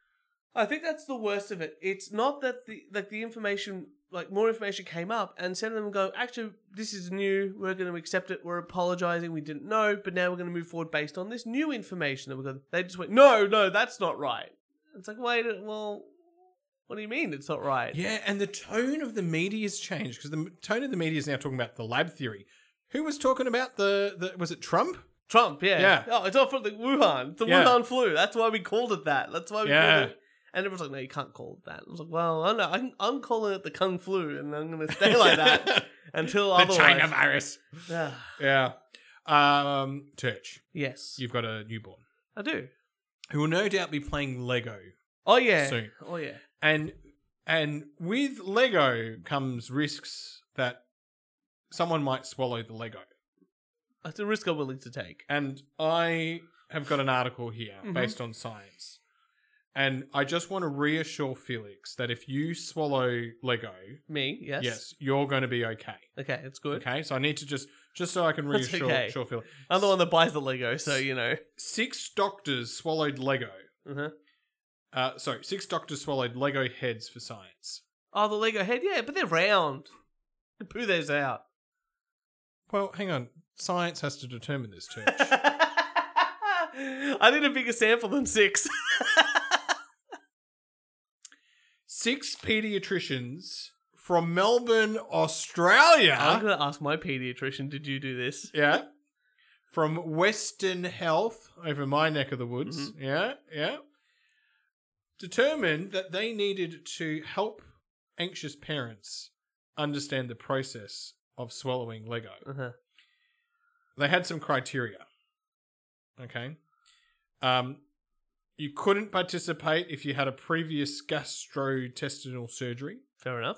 I think that's the worst of it. It's not that the like the information like more information came up and some of them go, actually this is new, we're gonna accept it, we're apologizing, we didn't know, but now we're gonna move forward based on this new information that we got they just went, No, no, that's not right. It's like, wait well what do you mean it's not right?
Yeah, and the tone of the media's changed because the m- tone of the media is now talking about the lab theory. Who was talking about the, the was it Trump?
Trump, yeah.
Yeah.
Oh, it's all from the Wuhan. It's the
Yeah.
Wuhan flu. That's why we called it that. That's why we
Yeah.
called it. And everyone's like, no, you can't call it that. I was like, well, I know. I'm, I'm calling it the Kung Flu, and I'm going to stay like that until
the
otherwise.
China virus.
Yeah.
Yeah. Um, Turch,
Yes,
you've got a newborn
I do.
who will no doubt be playing Lego
Oh yeah.
soon,
Oh yeah.
and and with Lego comes risks that someone might swallow the Lego.
That's a risk I'm willing to take.
And I have got an article here
Mhm.
based on science, and I just want to reassure Felix that if you swallow Lego,
Me? Yes.
yes, you're going to be okay.
Okay, it's good.
Okay, so I need to just just so I can
That's
reassure
okay.
sure Felix.
I'm the one that buys the Lego, so you know.
Six doctors swallowed Lego.
Uh-huh.
Uh, sorry, six doctors swallowed Lego heads for science.
Oh, the Lego head. Yeah, but they're round. You Poo those out.
Well, hang on. Science has to determine this, too.
I need a bigger sample than six.
six pediatricians from Melbourne, Australia.
I'm gonna ask my pediatrician. Did you do this?
yeah. From
Mm-hmm.
Western Health over my neck of the woods. Yeah, yeah. determined that they needed to help anxious parents understand the process of swallowing Lego.
Uh-huh.
They had some criteria. Okay. Um, you couldn't participate if you had a previous gastrointestinal surgery.
Fair enough.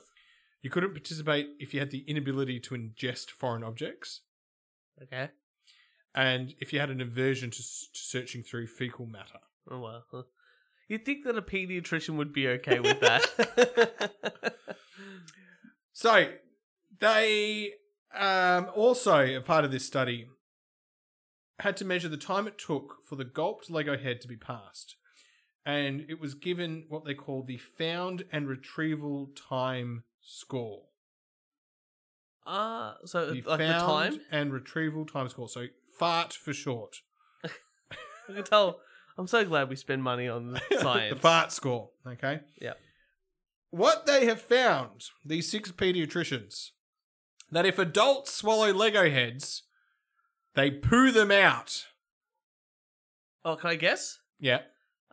You couldn't participate if you had the inability to ingest foreign objects.
Okay.
And if you had an aversion to, s- to searching through fecal matter.
Oh well. You'd think that a pediatrician would be okay with that.
So they um, also, a part of this study, had to measure the time it took for the gulped Lego head to be passed, and it was given what they call the found and retrieval time score.
Ah, so
The
like the
found
time?
and retrieval time score. So fart for short.
I can tell. I'm so glad we spend money on
the
science.
fart score. Okay.
Yep.
What they have found, these six pediatricians, that if adults swallow Lego heads, they poo them out.
Oh, can I guess?
Yeah.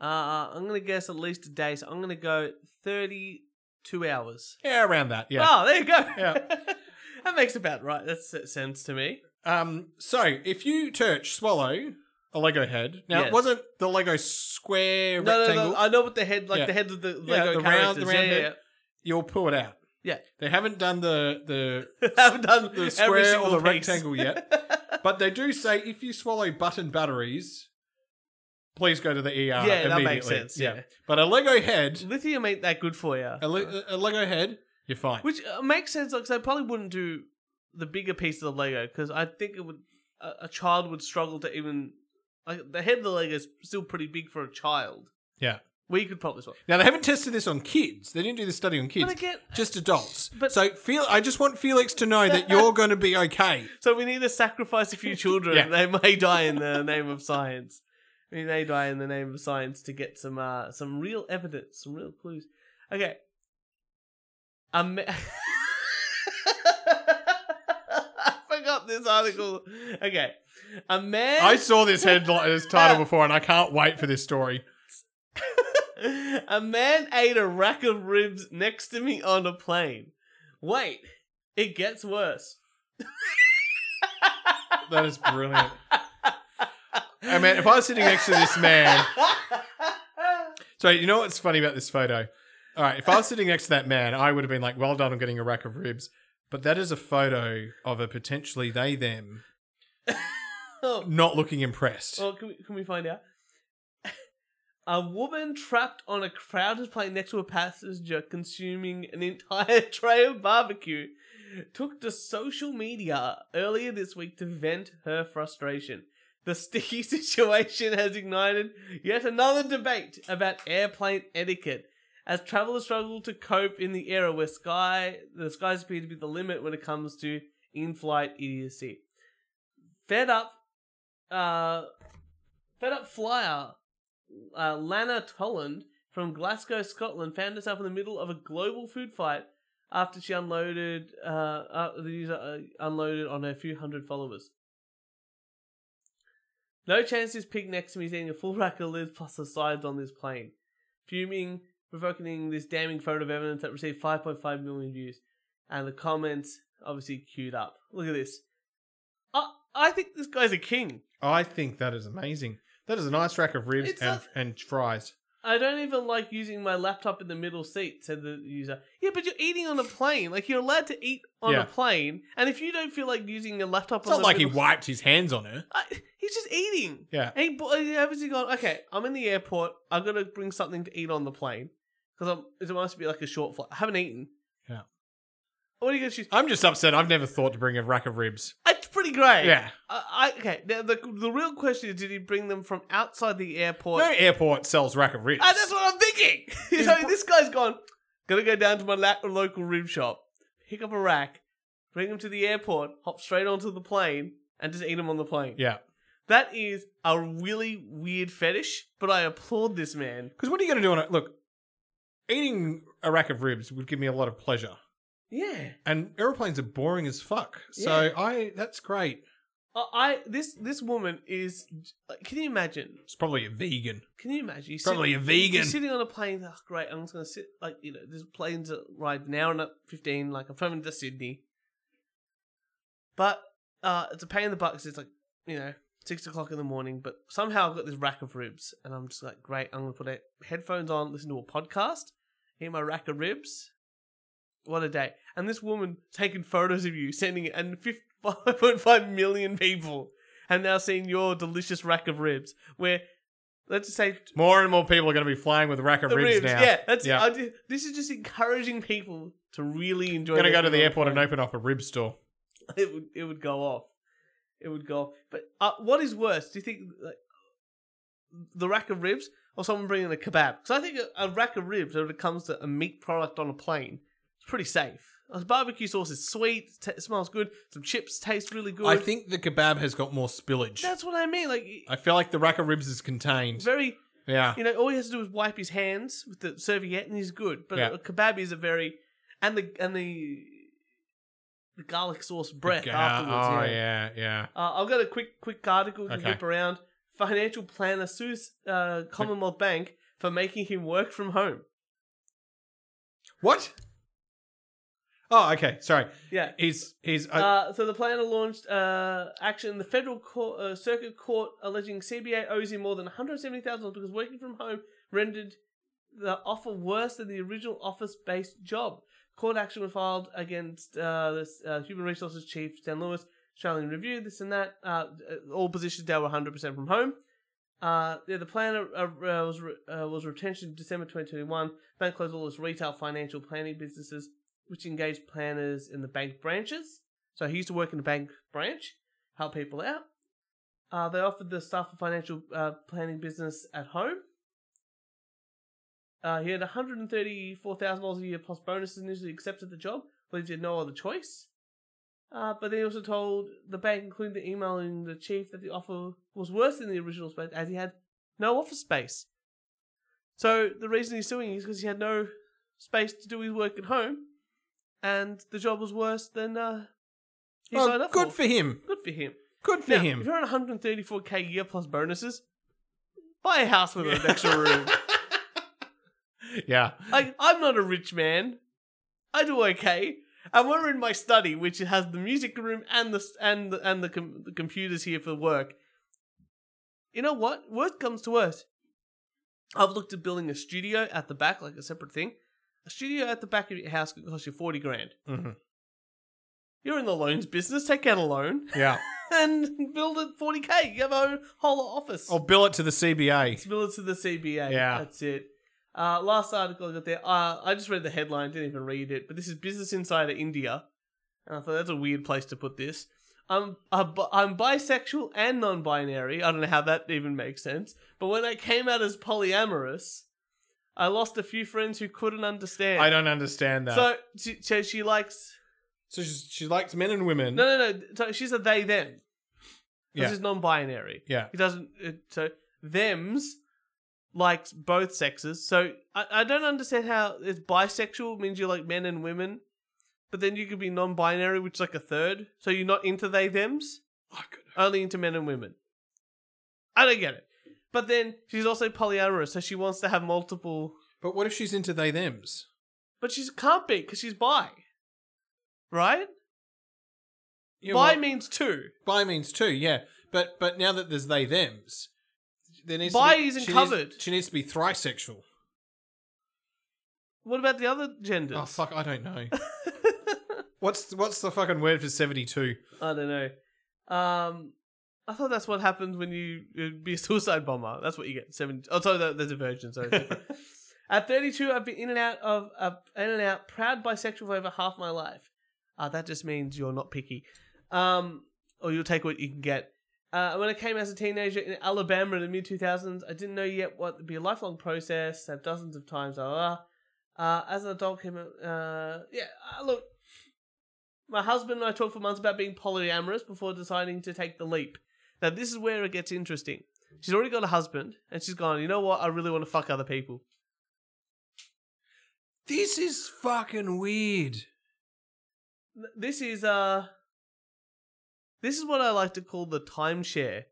Uh, I'm gonna guess at least a day. So I'm gonna go 32 hours.
Yeah, around that. Yeah.
Oh, there you go.
Yeah.
that makes about right. That s- sense to me.
Um. So if you Turch swallow a Lego head, now
Yes.
it wasn't the Lego square
No, no,
rectangle.
no. I know what the head, like
Yeah.
the head of the Lego
the round-
characters.
the round
yeah, yeah,
head. You'll pull it out.
Yeah.
They haven't done the the
yeah. Haven't done
the
every
square or
single
the
piece.
rectangle yet. Uh, but they do say if you swallow button batteries, please go to the ER
Yeah,
immediately.
that makes sense, yeah.
But a Lego head,
Lithium ain't that good for you.
a, le- a Lego head, uh, you're fine.
Which uh, makes sense, like 'cause I probably wouldn't do the bigger piece of the Lego because I think it would a, a child would struggle to even like the head of the Lego is still pretty big for a child.
Yeah.
we could probably swap.
now they haven't tested this on kids. They didn't do this study on kids.
But again,
just adults.
But-
so feel I just want Felix to know that you're going to be okay.
so we need to sacrifice a few children.
Yeah.
They may die in the name of science. I mean, they die in the name of science to get some uh, some real evidence, some real clues. Okay. Um, I forgot this article. Okay, a man.
I saw this headline, this title before, and I can't wait for this story.
a man ate a rack of ribs next to me on a plane. Wait, it gets worse.
That is brilliant. I mean, if I was sitting next to this man, So you know what's funny about this photo? All right, if I was sitting next to that man, I would have been like, "Well done on getting a rack of ribs." But that is a photo of a potentially they them
Oh,
not looking impressed.
well, can we, can we find out? A woman trapped on a crowded plane next to a passenger consuming an entire tray of barbecue took to social media earlier this week to vent her frustration. The sticky situation has ignited yet another debate about airplane etiquette as travelers struggle to cope in the era where sky the skies appear to be the limit when it comes to in-flight idiocy. Fed up uh fed up flyer uh, Lana Tolland from Glasgow, Scotland, found herself in the middle of a global food fight after she unloaded uh, uh, the user uh, unloaded on her few hundred followers. No chance this pig next to me is eating a full rack of lids plus the sides on this plane. Fuming, provoking this damning photo of evidence that received 5.5 million views, and the comments obviously queued up. Look at this. I, I think this guy's a king.
I think that is amazing. That is a nice rack of ribs
It's
and,
not-
and fries.
I don't even like using my laptop in the middle seat, said the user. Yeah, but you're eating on a plane. Like, you're allowed to eat on
Yeah.
a plane. And if you don't feel like using your laptop
It's
on
not
the
like he
middle
wiped his hands on her.
I, he's just eating.
Yeah.
And he, bo- he obviously gone, okay, I'm in the airport. I've got to bring something to eat on the plane. Because it must be like a short flight. I haven't eaten.
Yeah.
What are you going to choose?
I'm just upset. I've never thought to bring a rack of ribs.
It's pretty great.
Yeah.
I, I, okay, now the, the real question is did he bring them from outside the airport?
No airport sells rack of ribs.
Ah, that's what I'm thinking. so this guy's gone. Gonna go down to my la- local rib shop, pick up a rack, bring him to the airport, hop straight onto the plane, and just eat him on the plane.
yeah.
That is a really weird fetish, but I applaud this man.
Because what are you going to do on it? Look, eating a rack of ribs would give me a lot of pleasure.
Yeah.
And airplanes are boring as fuck. So I that's great.
I, I this this woman is. like, Can you imagine?
It's probably a vegan.
Can you imagine? You sit-
Probably a vegan.
You're sitting on a plane. Oh, great. I'm just going to sit, like, you know, there's planes that ride an hour and a 15. Like, I'm coming to Sydney. But uh, it's a pain in the butt 'cause it's like, you know, six o'clock in the morning. But somehow I've got this rack of ribs. And I'm just like, great. I'm going to put it, headphones on, listen to a podcast, eat my rack of ribs. What a day. And this woman taking photos of you, sending it, and 5.5 million people have now seen your delicious rack of ribs. Where, let's just say,
More and more people are going to be flying with rack of
the
ribs, now.
Yeah, that's
Yeah.
I ju- this is just encouraging people to really enjoy.
I'm going to
their
go to the
food.
airport and open up a rib store.
It would it would go off. It would go off. But uh, what is worse? Do you think like, the rack of ribs or someone bringing a kebab? Because I think a, a rack of ribs when it comes to a meat product on a plane, it's pretty safe. The barbecue sauce is sweet, t- smells good. Some chips taste really good.
I think the kebab has got more spillage.
that's what I mean. Like
I feel like the rack of ribs is contained.
very
yeah.
You know, all he has to do is wipe his hands with the serviette, and he's good. But
Yeah.
a kebab is a very and the and the the garlic sauce breath
Ga-
afterwards.
Oh,
yeah.
yeah, yeah.
Uh, I've got a quick quick article to
Okay.
whip around. Financial planner sues uh, Commonwealth Bank for making him work from home.
What? Oh, okay. Sorry.
Yeah.
He's he's uh,
Uh, so the planner launched uh, action in the federal court, uh, circuit court alleging CBA owes him more than $170,000 because working from home rendered the offer worse than the original office-based job. Court action was filed against uh, this, uh, Human Resources Chief Stan Lewis, Australian Review, this and that. Uh, all positions now were 100% from home. Uh, yeah, the planner uh, uh, was re- uh, was retention in December 2021. Bank closed all its retail financial planning businesses, which engaged planners in the bank branches. So he used to work in the bank branch, help people out. Uh, they offered the staff a financial uh, planning business at home. Uh, he had $134,000 a year plus bonuses and initially accepted the job, believes he had no other choice. Uh, but then he also told the bank, including the email and the chief, that the offer was worse than the original space as he had no office space. So the reason he's suing is because he had no space to do his work at home, and the job was worse than uh, he
oh,
signed up
good for him.
Good for him.
Good for
Now, If
him.
you're on 134k a year plus bonuses, buy a house with an extra room.
Yeah.
Like I'm not a rich man. I do okay. And we're in my study, which has the music room and the and the, and the, com- the computers here for work. You know what? Worst comes to worst. I've looked at building a studio at the back, like a separate thing. A studio at the back of your house could cost you forty grand.
Mhm.
You're in the loans business. Take out a loan
Yeah.
and build it forty k. You have a whole office.
I'll bill it to the CBA.
Spill it to the CBA.
Yeah.
That's it. Uh, last article I got there. Uh, I just read the headline, didn't even read it, but this is Business Insider India. And I thought that's a weird place to put this. I'm, I'm bi- I'm bisexual and non binary. I don't know how that even makes sense. But when I came out as polyamorous, I lost a few friends who couldn't understand.
I don't understand that. So,
So she, so she likes.
she's, she likes men and women.
No, no, no. So she's a they them. This
Yeah.
is non binary.
Yeah.
He doesn't. It, so them's likes both sexes. So I, I don't understand how it's bisexual means you like men and women, but then you could be non-binary, which is like a third. So you're not into they them's, only into men and women. I don't get it. But then she's also polyamorous, so she wants to have multiple.
But what if she's into they them's?
But she can't be because she's bi, right?
You know
bi
what?
means two.
Bi means two, yeah. But but now that there's they them's, there needs
Bi
to be,
isn't
she needs-
covered.
she needs to be thrisexual.
What about the other genders?
Oh fuck, I don't know. what's what's the fucking word for seventy two?
I don't know. Um, I thought that's what happens when you you'd be a suicide bomber. That's what you get. Seven. Oh, sorry, there- there's a virgin. Sorry. At 32, I've been in and out of uh, in and out, proud bisexual for over half my life. Uh, that just means you're not picky, um, or you'll take what you can get. Uh, when I came as a teenager in Alabama in the mid 2000s, I didn't know yet what would be a lifelong process. Have dozens of times. Blah, blah, blah. Uh, as an adult, came out, uh, yeah. Uh, look, my husband and I talked for months about being polyamorous before deciding to take the leap. Now, this is where it gets interesting. She's already got a husband, and she's gone, you know what? I really want to fuck other people.
This is fucking weird.
This is, uh, This is what I like to call the timeshare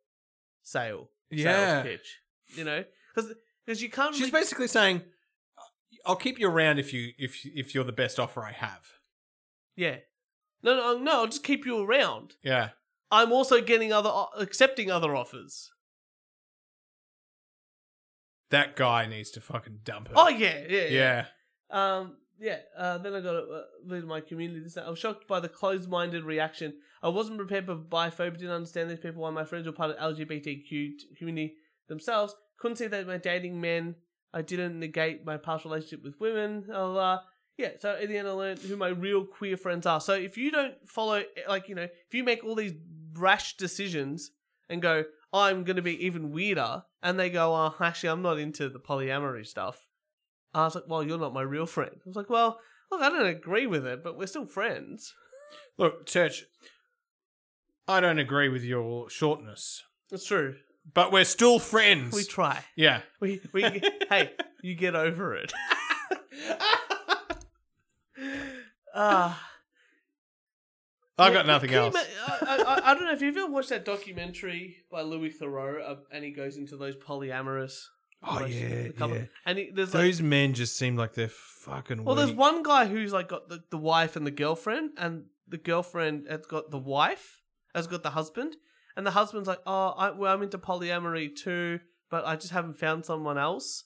sale.
Yeah.
Sales pitch. You know, because you can't.
She's
really-
basically saying, "I'll keep you around if you if if you're the best offer I have."
yeah. No, no, no. I'll just keep you around.
Yeah.
I'm also getting other, accepting other offers.
That guy needs to fucking dump her.
Oh yeah, yeah, yeah.
yeah.
Um, yeah. Uh, then I got a uh, with my community. This, I was shocked by the closed-minded reaction. I wasn't prepared for biphobia. Didn't understand these people. Why my friends were part of LGBTQ t- community themselves. Couldn't see that my dating men. I didn't negate my past relationship with women. la, la, la. Yeah. So in the end, I learned who my real queer friends are. So if you don't follow, eh, like you know, if you make all these rash decisions and go, I'm going to be even weirder, and they go, oh, actually, I'm not into the polyamory stuff. I was like, well, you're not my real friend. I was like, well, look, I don't agree with it, but we're still friends.
Look, church. I don't agree with your shortness,
It's true.
but we're still friends.
We try.
yeah.
We, we hey, you get over it. Ah,
I've
yeah,
got nothing
can you
else.
ma- I, I, I don't know if you've ever watched that documentary by Louis Thoreau, uh, and he goes into those polyamorous.
Oh
relationships
yeah,
with couple-
yeah.
And he, there's like,
Those men just seem like they're fucking.
Well, there's
weak.
one guy who's like got the, the wife and the girlfriend, and the girlfriend has got the wife, has got the husband, and the husband's like, oh, I, well, I'm into polyamory too, but I just haven't found someone else.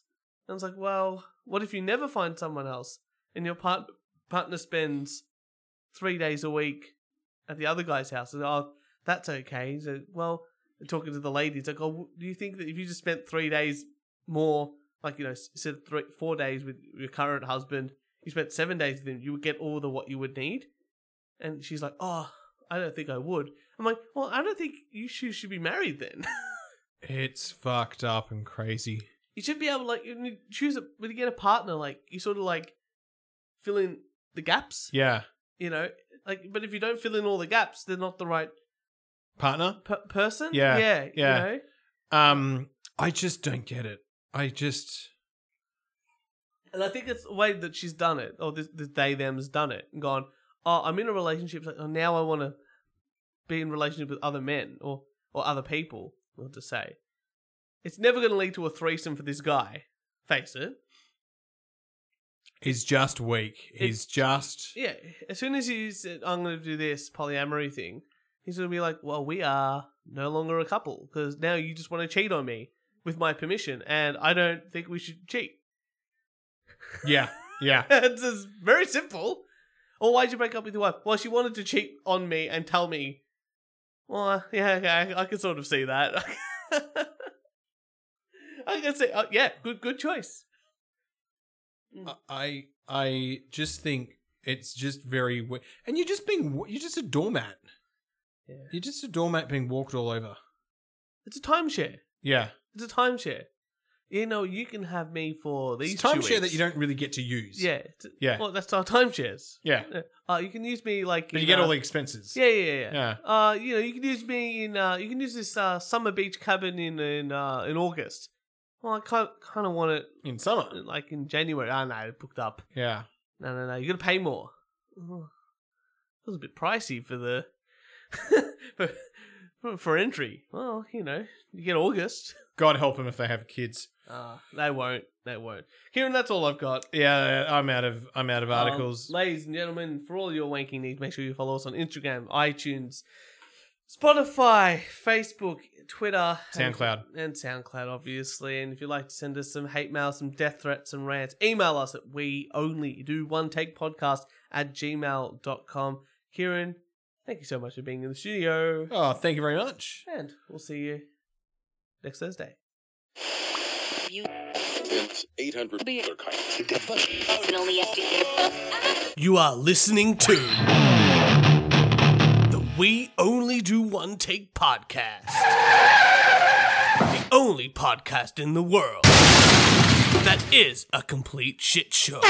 And it's like, well, what if you never find someone else, and your part- partner spends three days a week at the other guy's house? And oh, that's okay. So, well, talking to the ladies, like, oh, do you think that if you just spent three days more, like you know, s- instead of three, four days with your current husband, you spent seven days with him, you would get all the what you would need. And she's like, oh, I don't think I would. I'm like, well, I don't think you should, should be married then.
It's fucked up and crazy.
you should be able to, like, you need- choose a, when you get a partner, like, you sort of like fill in the gaps,
Yeah,
you know? Like, but if you don't fill in all the gaps, they're not the right
partner.
per- person.
Yeah,
Yeah.
yeah.
You know?
Um, I just don't get it. I just
And I think it's the way that she's done it, or this, this they them's done it, and gone, oh, I'm in a relationship, it's like, oh, now I want to be in relationship with other men or or other people. What to say? It's never going to lead to a threesome for this guy. Face it.
he's just weak. He's just
Yeah. As soon as he said, I'm going to do this polyamory thing, he's going to be like, well, we are no longer a couple because now you just want to cheat on me with my permission, and I don't think we should cheat.
yeah, yeah.
it's just very simple. Or why'd you break up with your wife? Well, she wanted to cheat on me and tell me. Well, uh, yeah, okay, I can sort of see that. I can say, oh, yeah, good, good choice.
I I just think it's just very we- and you're just being wa- you're just a doormat.
Yeah.
You're just a doormat being walked all over.
It's a timeshare.
Yeah,
It's a timeshare. You know, you can have me for these
it's timeshare
two
that you don't really get to use.
Yeah, it's-
Yeah.
Well, that's our timeshares.
yeah.
Uh, you can use me like.
But
in,
you get all
uh,
the expenses.
Yeah, yeah, yeah.
yeah.
Uh, you know, you can use me in. Uh, you can use this uh, summer beach cabin in in uh, in August. Well, I kind kind of want it
In summer.
like in January. Ah, no, it booked up.
Yeah.
No, no, no. You're gonna pay more. Oh, that was a bit pricey for the for, for, for entry. Well, you know, you get August.
God help them if they have kids.
Uh, they won't. They won't. Kieran, that's all I've got.
Yeah, I'm out of I'm out of articles.
Um, ladies and gentlemen, for all your wanking needs, make sure you follow us on Instagram, iTunes, Spotify, Facebook, Twitter, and-
SoundCloud.
and, SoundCloud, obviously. And if you'd like to send us some hate mail, some death threats, some rants, email us at we only do one take podcast at gmail.com. Kieran, thank you so much for being in the studio,
oh, thank you very much.
and we'll see you next Thursday.
You
It's 800.
Be-
Other kind.
only
You are listening to the We Only Do One Take podcast. The only podcast in the world that is a complete shit show.